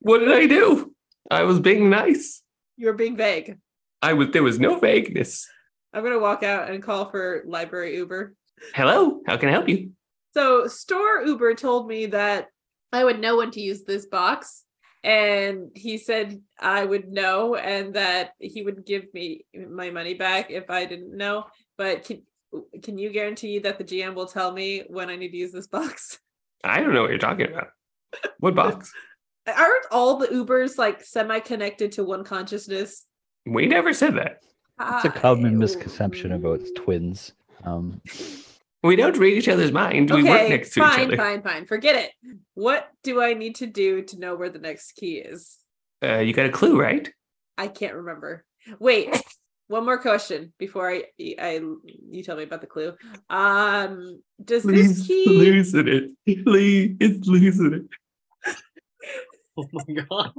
A: What did I do? I was being nice.
C: You're being vague.
A: I was there was no vagueness.
C: I'm gonna walk out and call for library Uber.
A: Hello, how can I help you?
C: So store Uber told me that I would know when to use this box. And he said I would know and that he would give me my money back if I didn't know. But can can you guarantee that the GM will tell me when I need to use this box? (laughs)
A: I don't know what you're talking about. What box?
C: Aren't all the Ubers like semi-connected to one consciousness?
A: We never said that.
D: It's a
C: I-
D: common misconception about twins. Um,
A: We don't read each other's mind. we work next to
C: fine,
A: each other.
C: fine, fine. Forget it. What do I need to do to know where the next key is?
A: Uh, you got a clue, right?
C: I can't remember.
A: (laughs)
C: Wait, one more question before I, I you tell me about the clue. Um, does this
A: Please
C: key?
A: losing it. Lee is losing it.
B: Oh my god.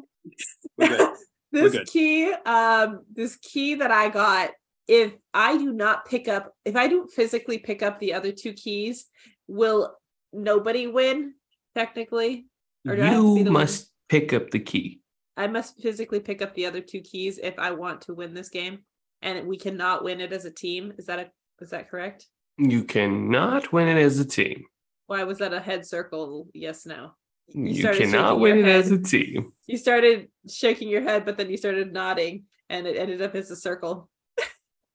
B: We're good. We're
C: this
B: good.
C: key um this key that i got if i do not pick up if i don't physically pick up the other two keys will nobody win technically Or do I have to be
A: You
C: the one-
A: must pick up the key.
C: i must physically pick up the other two keys if i want to win this game and we cannot win it as a team is that a is that correct
A: You cannot win it as a team.
C: why was that a head circle yes no
A: You,
C: started
A: cannot
C: shaking your
A: win it as
C: head.
A: a team.
C: you started shaking your head but then you started nodding and it ended up as a circle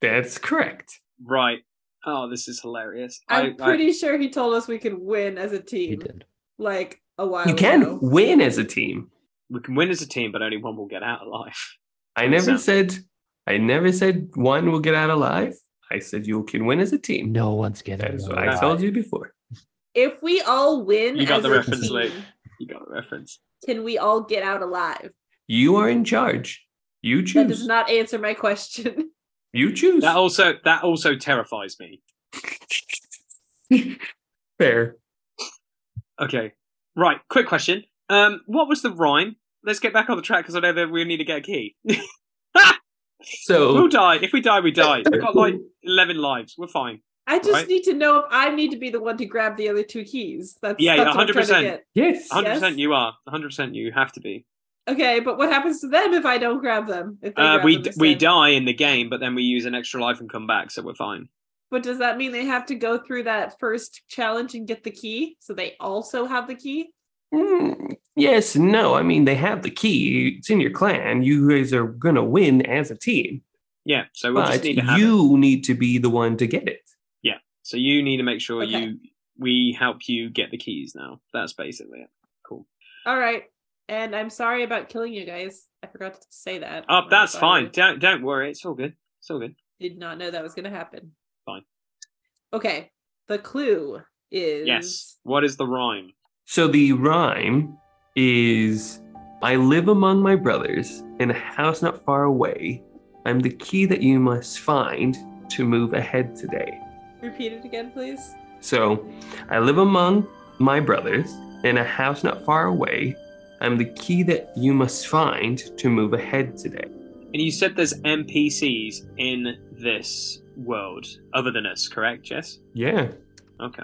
A: That's correct.
B: Right. Oh, this is hilarious.
C: i'm
B: I- I-
C: pretty sure he told us we could win as a
D: he
C: team
D: did.
C: like a while
A: You can
C: ago.
A: win as a team.
B: we can win as a team, but only one will get out alive.
A: I never
B: So-
A: said I never said one will get out alive. I said you can win as a team.
D: No one's getting
A: That is
D: it
A: what
D: right.
A: I told you before.
C: If we all win,
B: You got
C: as
B: the
C: a
B: reference,
C: team,
B: Luke. (laughs) You got the reference.
C: Can we all get out alive?
A: You are in charge. You
C: That does
A: choose.
C: not answer my question. (laughs)
A: you choose.
B: That also that also terrifies me.
A: Fair.
B: Okay. Right. Quick question. Um, what was the rhyme? Let's get back on the track because I know that we need to get a key. We'll
A: So
B: die. If we die, we die. We've
A: (laughs)
B: got like eleven lives. We're fine.
C: I just
B: Right.
C: need to know if I need to be the one to grab the other two keys. That's
B: Yeah, yeah,
C: that's what I'm trying to
B: 100%.
C: get.
A: yes.
B: One hundred percent,
C: Yes.
B: you are. One hundred percent, you have to be.
C: Okay, but what happens to them if I don't grab them? If they
B: Uh,
C: grab
B: we
C: them
B: d- we
C: instead?
B: die in the game, but then we use an extra life and come back, so we're fine.
C: But does that mean they have to go through that first challenge and get the key? So they also have the key.
A: Mm, yes, no. I mean they have the key. It's in your clan. You guys are gonna win as a team.
B: Yeah. So we will just
A: But
B: need to have it.
A: you need to be the one to get it.
B: So you need to make sure
C: Okay.
B: you we help you get the keys now. That's basically it.
C: All right. And I'm sorry about killing you guys. I forgot to say that.
B: Oh,
C: I'm
B: that's
C: sorry.
B: fine. Don't don't worry. It's all good. It's all good.
C: Did not know that was going to happen.
B: Fine.
C: Okay. The clue is
B: Yes. What is the rhyme?
A: So the rhyme is I live among my brothers in a house not far away. I'm the key that you must find to move ahead today.
C: repeat it again, please.
A: So I live among my brothers in a house not far away. I'm the key that you must find to move ahead today.
B: And you said there's NPCs in this world other than us, correct, Jess?
A: Yeah.
B: Okay.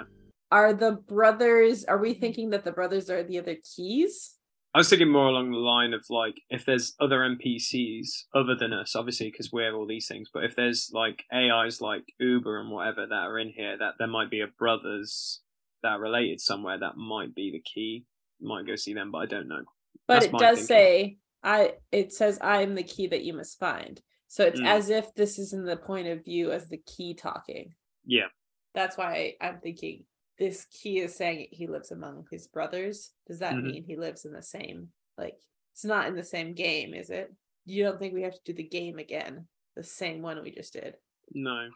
C: Are the brothers are we thinking that the brothers are the other keys?
B: I was thinking more along the line of like if there's other NPCs other than us, obviously because we're all these things. But if there's like AIs like Uber and whatever that are in here, that there might be a brothers that are related somewhere that might be the key. Might go see them, but I don't know.
C: But
B: That's
C: it
B: my thinking.
C: does say I it says I'm the key that you must find. So it's
B: Mm.
C: as if this is in the point of view as the key talking.
B: Yeah.
C: That's why I'm thinking this key is saying he lives among his brothers. Does that
B: Mhm.
C: mean he lives in the same like it's not in the same game, is it? You don't think we have to do the game again, the same one we just did.
B: No.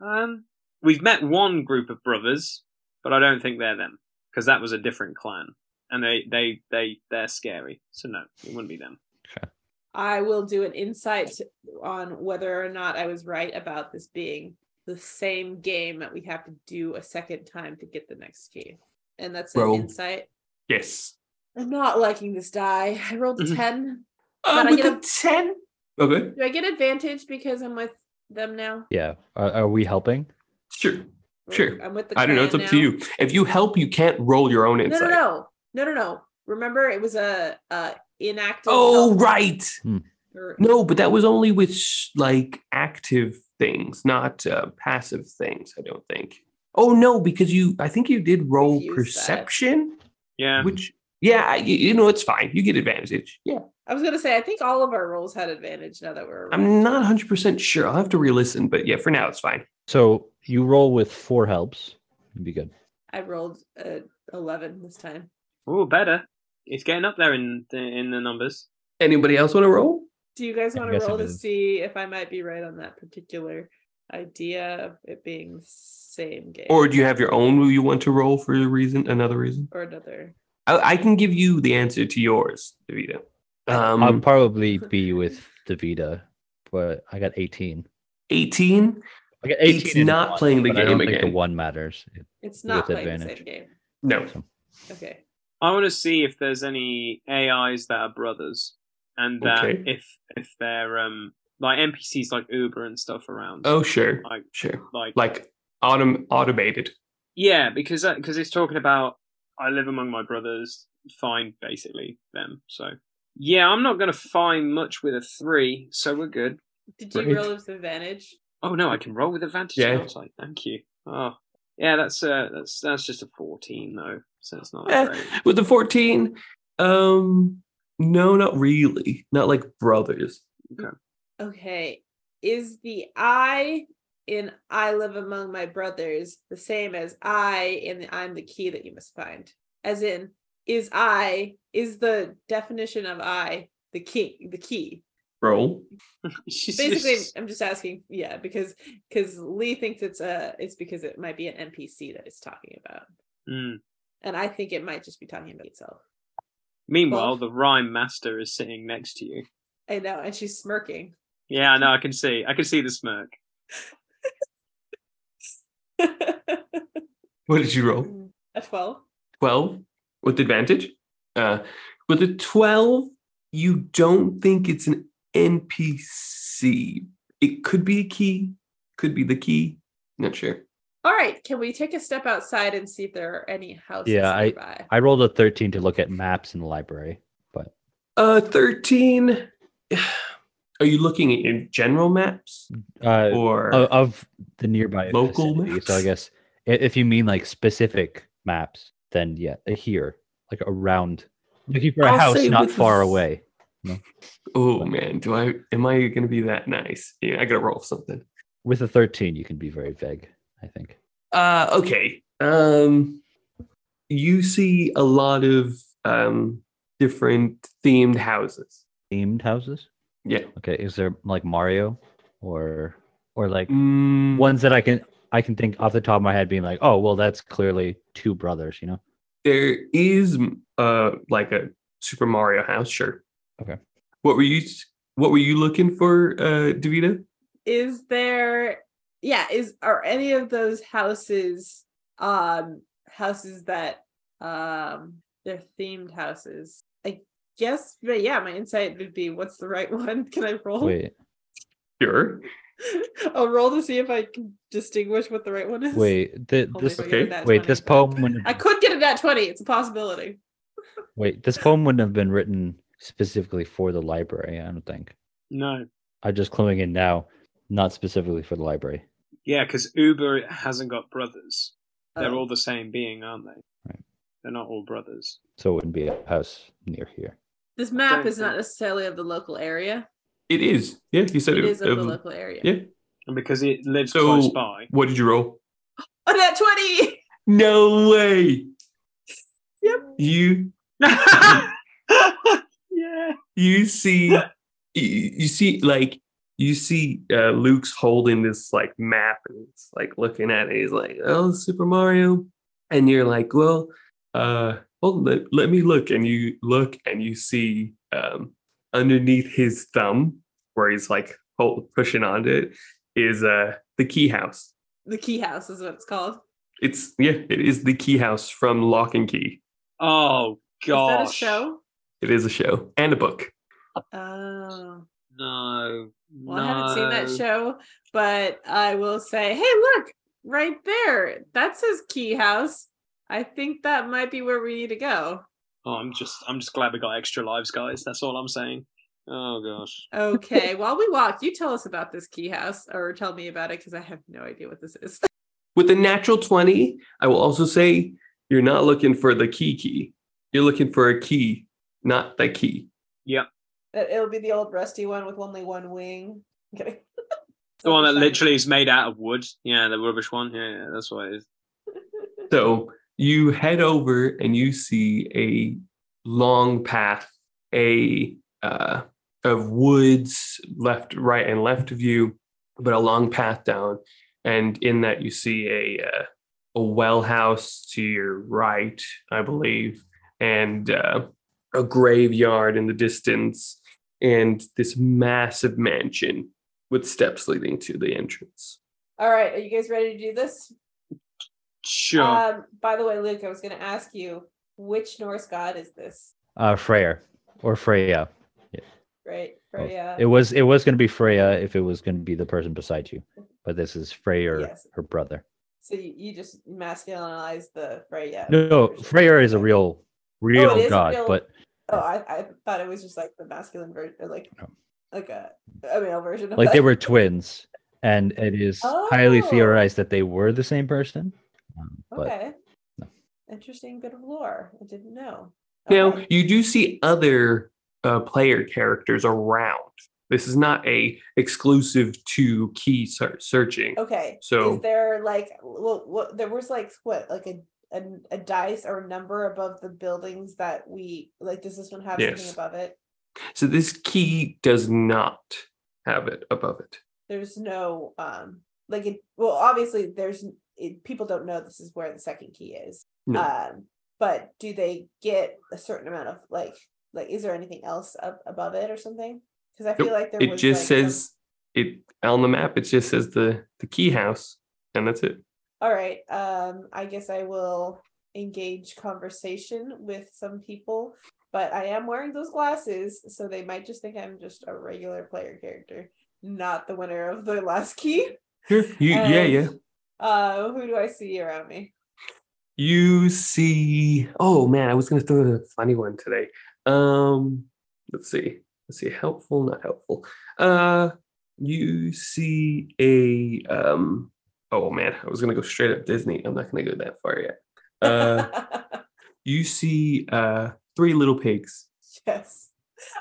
B: Um, we've met one group of brothers, but I don't think they're them because that was a different clan, and they they they they're scary. So no, it wouldn't be them.
C: I will do an insight on whether or not I was right about this being the same game that we have to do a second time to get the next key. And that's an
A: Roll.
C: insight.
A: Yes.
C: I'm not liking this die. I rolled a
B: Mhm.
C: 10.
A: Oh,
C: Can I
A: with
C: get
A: a 10? Okay.
C: Do I get advantage because I'm with them now?
D: Yeah. Are, are we helping?
A: Sure.
C: Or
A: Sure.
C: I'm with the
A: I don't know. It's up
C: clan
A: to
C: now?
A: you. If you help, you can't roll your own
C: No,
A: insight.
C: no, no. No, no, no. Remember it was a uh inactive
A: Oh,
C: help
A: right.
C: or-
A: No, but that was only with sh- like active things, not uh, passive things. I don't think. Oh no, because you, I think you did roll
C: Confuse that.
A: perception,
B: Yeah.
A: which yeah, I, you, you know it's fine. You get advantage. Yeah,
C: I was gonna say I think all of our rolls had advantage now that we're
A: I'm not 100 percent sure. I'll have to re-listen, but yeah, for now it's fine.
D: So you roll with four helps. You'd be good.
C: I rolled a 11 this time.
B: Oh, better. It's getting up there in the, in the numbers.
A: Anybody else want to roll?
C: Do you guys
D: I
C: want to
D: guess it
C: roll to
D: is.
C: see if I might be right on that particular idea of it being the same game
A: Or do you have your own? Will you want to roll for a reason? Another reason?
C: or another?
A: I, I can give you the answer to yours, Davida. Um,
D: I'll probably be with Davida, but I got 18.
A: 18.
D: I got
A: It's
D: in
A: not
D: one,
A: playing the
D: but I
A: game
D: don't think
A: again.
D: the one matters.
C: It's not
D: With
C: playing the
D: advantage.
C: same game.
A: No,
C: Okay.
B: I want to see if there's any AIs that are brothers, and that
A: Okay.
B: if if they're um like NPCs like Uber and stuff around.
A: oh sure,
B: Like-
A: sure,
B: like
A: like autom- automated.
B: yeah, because because it's talking about I live among my brothers. Fine, basically them. So yeah, I'm not gonna find much with a three, so we're good.
C: Did you
A: Great.
C: roll with advantage?
B: Oh no, I can roll with advantage.
A: Yeah.
B: Yeah. Outside. Thank you. Oh yeah, that's uh that's that's just a fourteen though, so it's not
A: Eh.
B: great. (laughs)
A: with the 14 um no not really not like brothers
C: Okay. Is the I in I live among my brothers the same as I in the I'm the key that you must find? As in, is I is the definition of I the key the key?
A: bro
B: She's
C: basically
B: (laughs) just-
C: i'm just asking yeah because because lee thinks it's a it's because it might be an npc that it's talking about
B: Mm.
C: and i think it might just be talking about itself
B: Meanwhile,
C: Both.
B: the rhyme master is sitting next to you.
C: i know and she's smirking (laughs)
B: Yeah, I know. I can see. I can see the smirk.
C: a
A: what did you roll
C: 12
A: 12 with advantage uh with a 12 you don't think it's an npc it could be a key could be the key not sure
C: all right can we take a step outside and see if there are any houses
D: Yeah, I-
C: nearby
D: I rolled a 13 to look at maps in the library.
A: uh 13 are you looking at your general maps
D: Uh,
A: or
D: of, of the nearby
A: Local
D: vicinity. So I
A: maps?
D: guess i- if you mean like specific maps, then yeah, uh, here, like around, looking for a
A: I'll
D: house
A: say
D: not
A: with
D: far
A: the-
D: away.
A: oh man do i am i gonna be that nice yeah i gotta roll something
D: With a thirteen, you can be very vague. I think.
A: Uh, okay. Um, you see a lot of um, different themed houses.
D: Themed houses.
A: Yeah.
D: Okay, is there like Mario, or or like
A: Mm,
D: ones that I can I can think off the top of my head being like, oh, well, that's clearly two brothers, you know?
A: There is uh like a Super Mario House shirt.
D: Okay.
A: What were you What were you looking for, uh, Davita?
C: is there yeah is are any of those houses um houses that um they're themed houses i guess but yeah my insight would be what's the right (laughs) one can i roll
D: Wait,
A: Sure.
C: i'll roll to see if i can distinguish what the right one is (laughs) Oh,
D: wait, th-
C: Hopefully
D: this
C: we get a
A: okay,
C: nat
D: wait
C: 20.
D: this poem wouldn't
C: i could get a nat 20 it's a possibility
D: wait this poem wouldn't have been written specifically for the library. I don't think.
B: No.
D: I'm just cluing in now, not specifically for the library.
B: Yeah, because Uber hasn't got brothers. They're
C: Oh.
B: all the same being, aren't they?
D: Right.
B: They're not all brothers.
D: So it wouldn't be a house near here.
C: this map
B: Okay,
C: is not
B: so-
C: necessarily of the local area
A: It is. Yeah, you said
C: it
A: it,
C: is of
A: of-
C: the local area
A: Yeah.
B: And because it lives
A: So- (laughs)
B: close by. (laughs)
A: What did you roll?
C: a nat 20
A: No way.
C: Yep.
A: You
B: yeah.
A: you see
B: (laughs)
A: you, you see like you see uh, Luke's holding this like map and it's like looking at it. He's like, "Oh, Super Mario," and you're like, "Well, uh, hold let, let me look." And you look and you see um, underneath his thumb where he's like hold, pushing onto it is uh, the key house.
C: the key house is what it's called
A: It's yeah, it is the key house from Lock and Key.
B: Oh
C: is
B: gosh.
C: that a show
A: It is a show and a book.
C: oh
B: No.
C: Well, I haven't seen that show, but I will say, hey, look, right there. That's his key house. I think that might be where we need to go.
B: Oh, I'm just I'm just glad we got extra lives, guys. That's all I'm saying. Oh gosh. (laughs)
C: Okay. While we walk, you tell us about this key house or tell me about it because I have no idea what this is. (laughs)
A: With a natural 20, I will also say you're not looking for the key key. You're looking for a key, not the key.
C: It'll be the old rusty one with only one wing.
B: The one that literally is made out of wood. Yeah, the rubbish one. Yeah, yeah that's what it is.
A: So you head over and you see a long path, a uh, of woods left, right, and left of you, but a long path down. And in that you see a uh, a well house to your right, I believe, and uh, a graveyard in the distance, and this massive mansion with steps leading to the entrance.
C: All right. Are you guys ready to do this?
B: Sure.
C: Um, by the way, Luke, I was going to ask you, which Norse god is this?
D: Uh, Freyr or Freya.
C: Right?
D: Oh,
C: Freya.
D: It was it was going to be Freya if it was going to be the person beside you, but this is Freyr,
C: Yes.
D: her brother.
C: So you, you just masculinize the Freya.
D: No, no, Freyr is a real, real
C: is a
D: god,
C: real-
D: but
C: Oh, I, I thought it was just like the masculine version, or like
D: No.
C: like a, a male version. Of
D: like they
C: that.
D: were twins, and it is highly
C: Oh.
D: theorized that they were the same person. Um, but
C: okay.
D: no.
C: Interesting bit of lore. I didn't know.
A: Now,
C: Okay.
A: you do see other uh, player characters around. This is not a exclusive to key ser- searching.
C: okay.
A: so-
C: is there like well, what there was like what like a, a a dice or a number above the buildings that we like? Does this one have something
A: Yes.
C: above it?
A: So this key does not have it above it.
C: There's no um like it. Well, obviously there's it, people don't know this is where the second key is.
A: No.
C: Um, but do they get a certain amount of like like is there anything else up above it or something? Because I feel
A: Nope,
C: like there
A: it
C: was
A: just
C: like, some-
A: says it on the map. It just says the the key house, and that's it.
C: all right. Um, I guess I will engage conversation with some people, but I am wearing those glasses, so they might just think I'm just a regular player character, not the winner of the last key.
A: Sure. You, yeah,
C: And,
A: yeah.
C: Uh, who do I see around me?
A: You see. Oh man, I was gonna throw a funny one today. Um, let's see. Let's see. Helpful, not helpful. Uh, you see a um. Oh man, I was gonna go straight up Disney. I'm not gonna go that far yet. Uh, you see uh three little pigs. (laughs)
C: (laughs) Yes.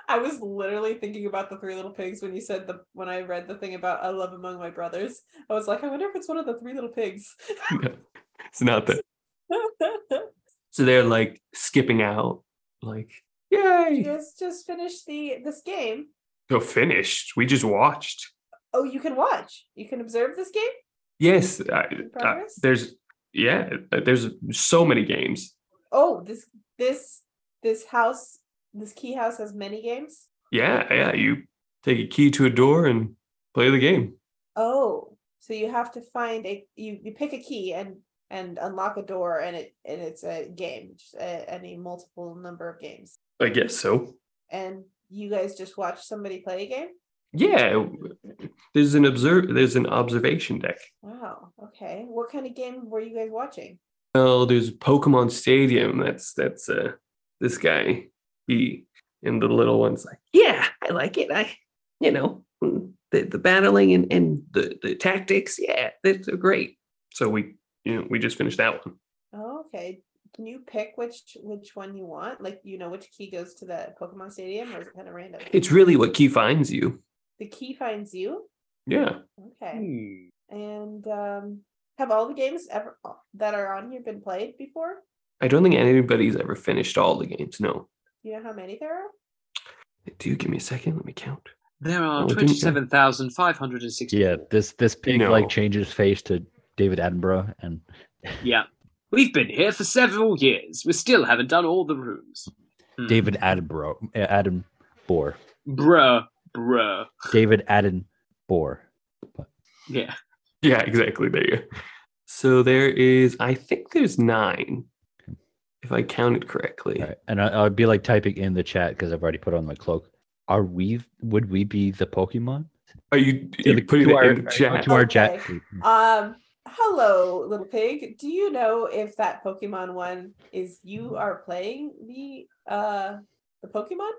C: I was literally thinking about the Three Little Pigs when you said the when I read the thing about I love among my brothers. I was like, I wonder if it's one of the Three Little Pigs. (laughs)
A: It's not that. So they're like skipping out. Like,
C: you
A: yay!
C: guys just finished the this game.
A: So finished. We just watched.
C: Oh, you can watch. You can observe this game.
A: Yes, I,
C: in
A: uh,
C: progress?
A: there's yeah, uh, there's so many games.
C: oh, this this this house, this key house has many games.
A: Yeah, yeah, you take a key to a door and play the game.
C: Oh, so you have to find a you you pick a key and and unlock a door and it and it's a game, just a, any multiple number of games.
A: I guess so.
C: And you guys just watch somebody play a game.
A: Yeah, there's an observe there's an observation deck.
C: Wow. Okay. What kind of game were you guys watching?
A: Well, there's Pokemon Stadium. That's that's uh this guy. He and the little one's like, yeah, I like it. I you know mm, the the battling and, and the the tactics. Yeah, that's great. So we you know we just finished that one.
C: Oh, okay. Can you pick which which one you want? Like you know which key goes to the Pokemon Stadium, or is it kind of random?
A: It's really what key finds you.
C: the key finds you.
A: Yeah.
C: Okay.
B: Hmm.
C: And um, have all the games ever that are on here been played before?
A: I don't think anybody's ever finished all the games. No.
C: Do you know how many there are?
A: Do you give me a second? Let me count.
B: There are
A: Oh, didn't you?
B: twenty-seven thousand five hundred and sixty.
D: Yeah, this this pig
A: No.
D: like changes face to David Attenborough, and
B: yeah. We've been here for several years. We still haven't done all the rooms. Hmm.
D: David Attenborough, uh, Adam Bohr,
B: Bruh, bruh.
D: David Attenborough.
B: Yeah.
A: Yeah, exactly. There you. go. So there is. I think there's nine, if I counted correctly.
D: All right. And I, I'd be like typing in the chat because I've already put on my cloak. Are we? Would we be the Pokemon?
A: Are you,
D: To
A: you
D: the-
A: putting
D: to
A: that
D: our-
A: in the chat?
D: To our chat.
C: Okay. Um, hello, little pig. Do you know if that Pokemon one is you are playing the uh the Pokemon?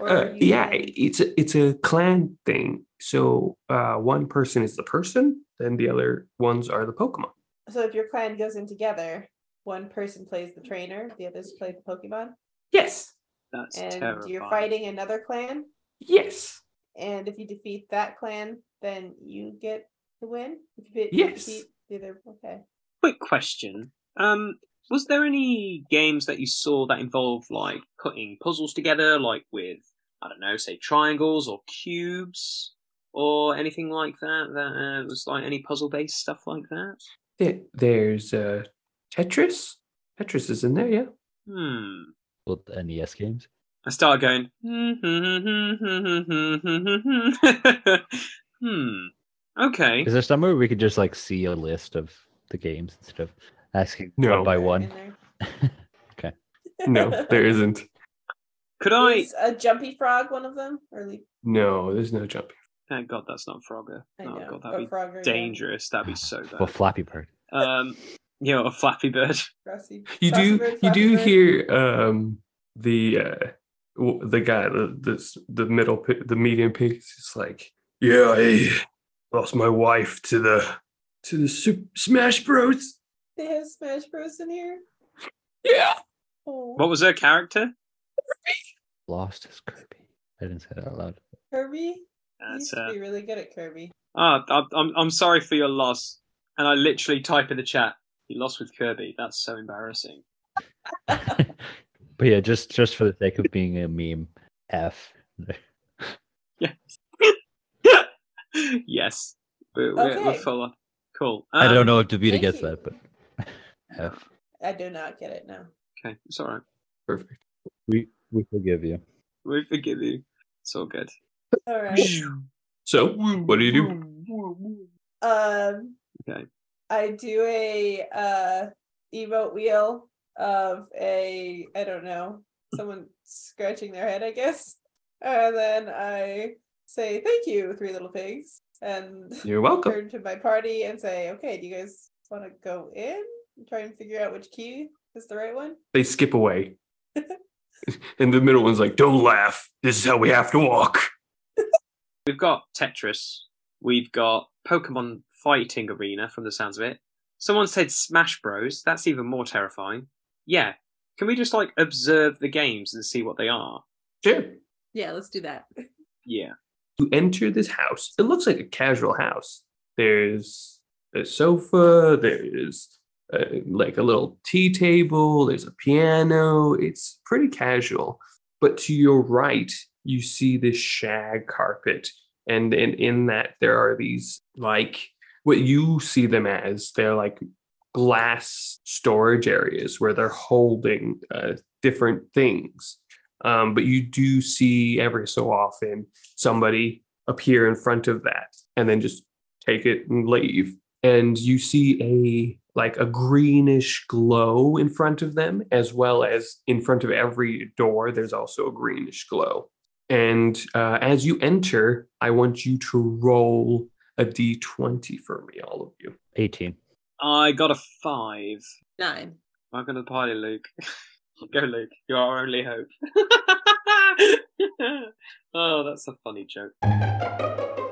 C: Or
A: Uh,
C: are you
A: yeah,
C: playing-
A: it's a, it's a clan thing. So uh, one person is the person, then the other ones are the Pokemon.
C: So if your clan goes in together, one person plays the trainer, the others play the Pokemon,
A: Yes,
B: That's
C: and
B: terrifying.
C: you're fighting another clan.
A: yes,
C: and if you defeat that clan, then you get the win. If you, be-
A: Yes.
C: defeat the other, okay.
B: Quick question. Um, was there any games that you saw that involved like putting puzzles together, like with I don't know, say triangles or cubes or anything like that? That uh, was like any puzzle-based stuff like that.
A: There, there's uh, Tetris. Tetris is in there. (laughs) Yeah.
B: Hmm.
D: Well, the NES E games.
B: I start going. (laughs) hmm. Okay.
D: Is there somewhere we could just like see a list of the games instead of asking
A: No.
D: one by
C: In
D: one?
C: there. (laughs)
A: No, there isn't.
B: Could I?
C: Is a jumpy frog one of them? Or leap?
A: No, there's no jumping.
B: Thank God that's not Frogger.
C: I
B: Oh
C: know.
B: God,
C: but
B: that'd be
C: frog or yeah,
B: dangerous. That'd be
D: (laughs)
B: so
D: Well,
B: bad.
D: Flappy Bird.
B: Um, you know, a Flappy Bird.
C: grassy-
A: You do
C: Frostbite,
A: you do
C: Frostbite.
A: hear um the uh w- the guy the this, the middle pi- the medium pig is just like yeah I lost my wife to the to the Sup- Smash Bros.
C: They have Smash Bros in here.
A: Yeah.
C: Oh,
B: What was her character?
D: Lost his Kirby. I didn't say that out loud.
C: Kirby? You used
B: That's,
C: to
B: uh,
C: be really good at Kirby.
B: ah, I'm- I'm I'm sorry for your loss. And I literally type in the chat. You lost with Kirby. That's so embarrassing. (laughs)
D: (laughs) but yeah, just just for the sake of being a meme, F.
B: yes, we're, we're, we're
C: Okay.
B: full on. Cool.
D: I
B: Um,
D: don't know if David
C: thank
D: gets
C: you.
D: that, but
B: (laughs)
D: F.
C: I do not get it
A: (laughs)
C: now.
B: Okay, it's all right.
A: Perfect.
D: We we forgive you.
B: We forgive you. It's all good.
C: All right.
A: So what do you do?
C: Um
B: Okay.
C: I do a uh emote wheel of a I don't know, someone scratching their head, I guess. And then I say thank you, three little pigs,
A: (laughs)
C: and
A: You're welcome.
C: turn to my party and say, Okay, do you guys wanna go in? and Try and figure out which key is the right one.
A: They skip away. and the middle one's like, "Don't laugh. This is how we have to walk."
B: We've got Tetris. We've got Pokemon Fighting Arena from the sounds of it. Someone said Smash Bros. That's even more terrifying. Yeah. Can we just like observe the games and see what they are?
A: Sure.
C: Yeah, let's do that.
B: Yeah.
A: you enter this house. It looks like a casual house. There's a sofa. There's uh like a little tea table. There's a piano. It's pretty casual. But to your right, you see this shag carpet, and and in that there are these like what you see them as they're like glass storage areas where they're holding uh, different things um, but you do see every so often somebody appear in front of that and then just take it and leave and you see a like a greenish glow in front of them as well as in front of every door there's also a greenish glow and uh, as you enter i want you to roll a d20 for me all of you
D: 18.
B: I got a five.
C: Nine.
B: Welcome to the party, Luke. (laughs) Go, Luke. You're our only (laughs) hope. oh, that's a funny joke.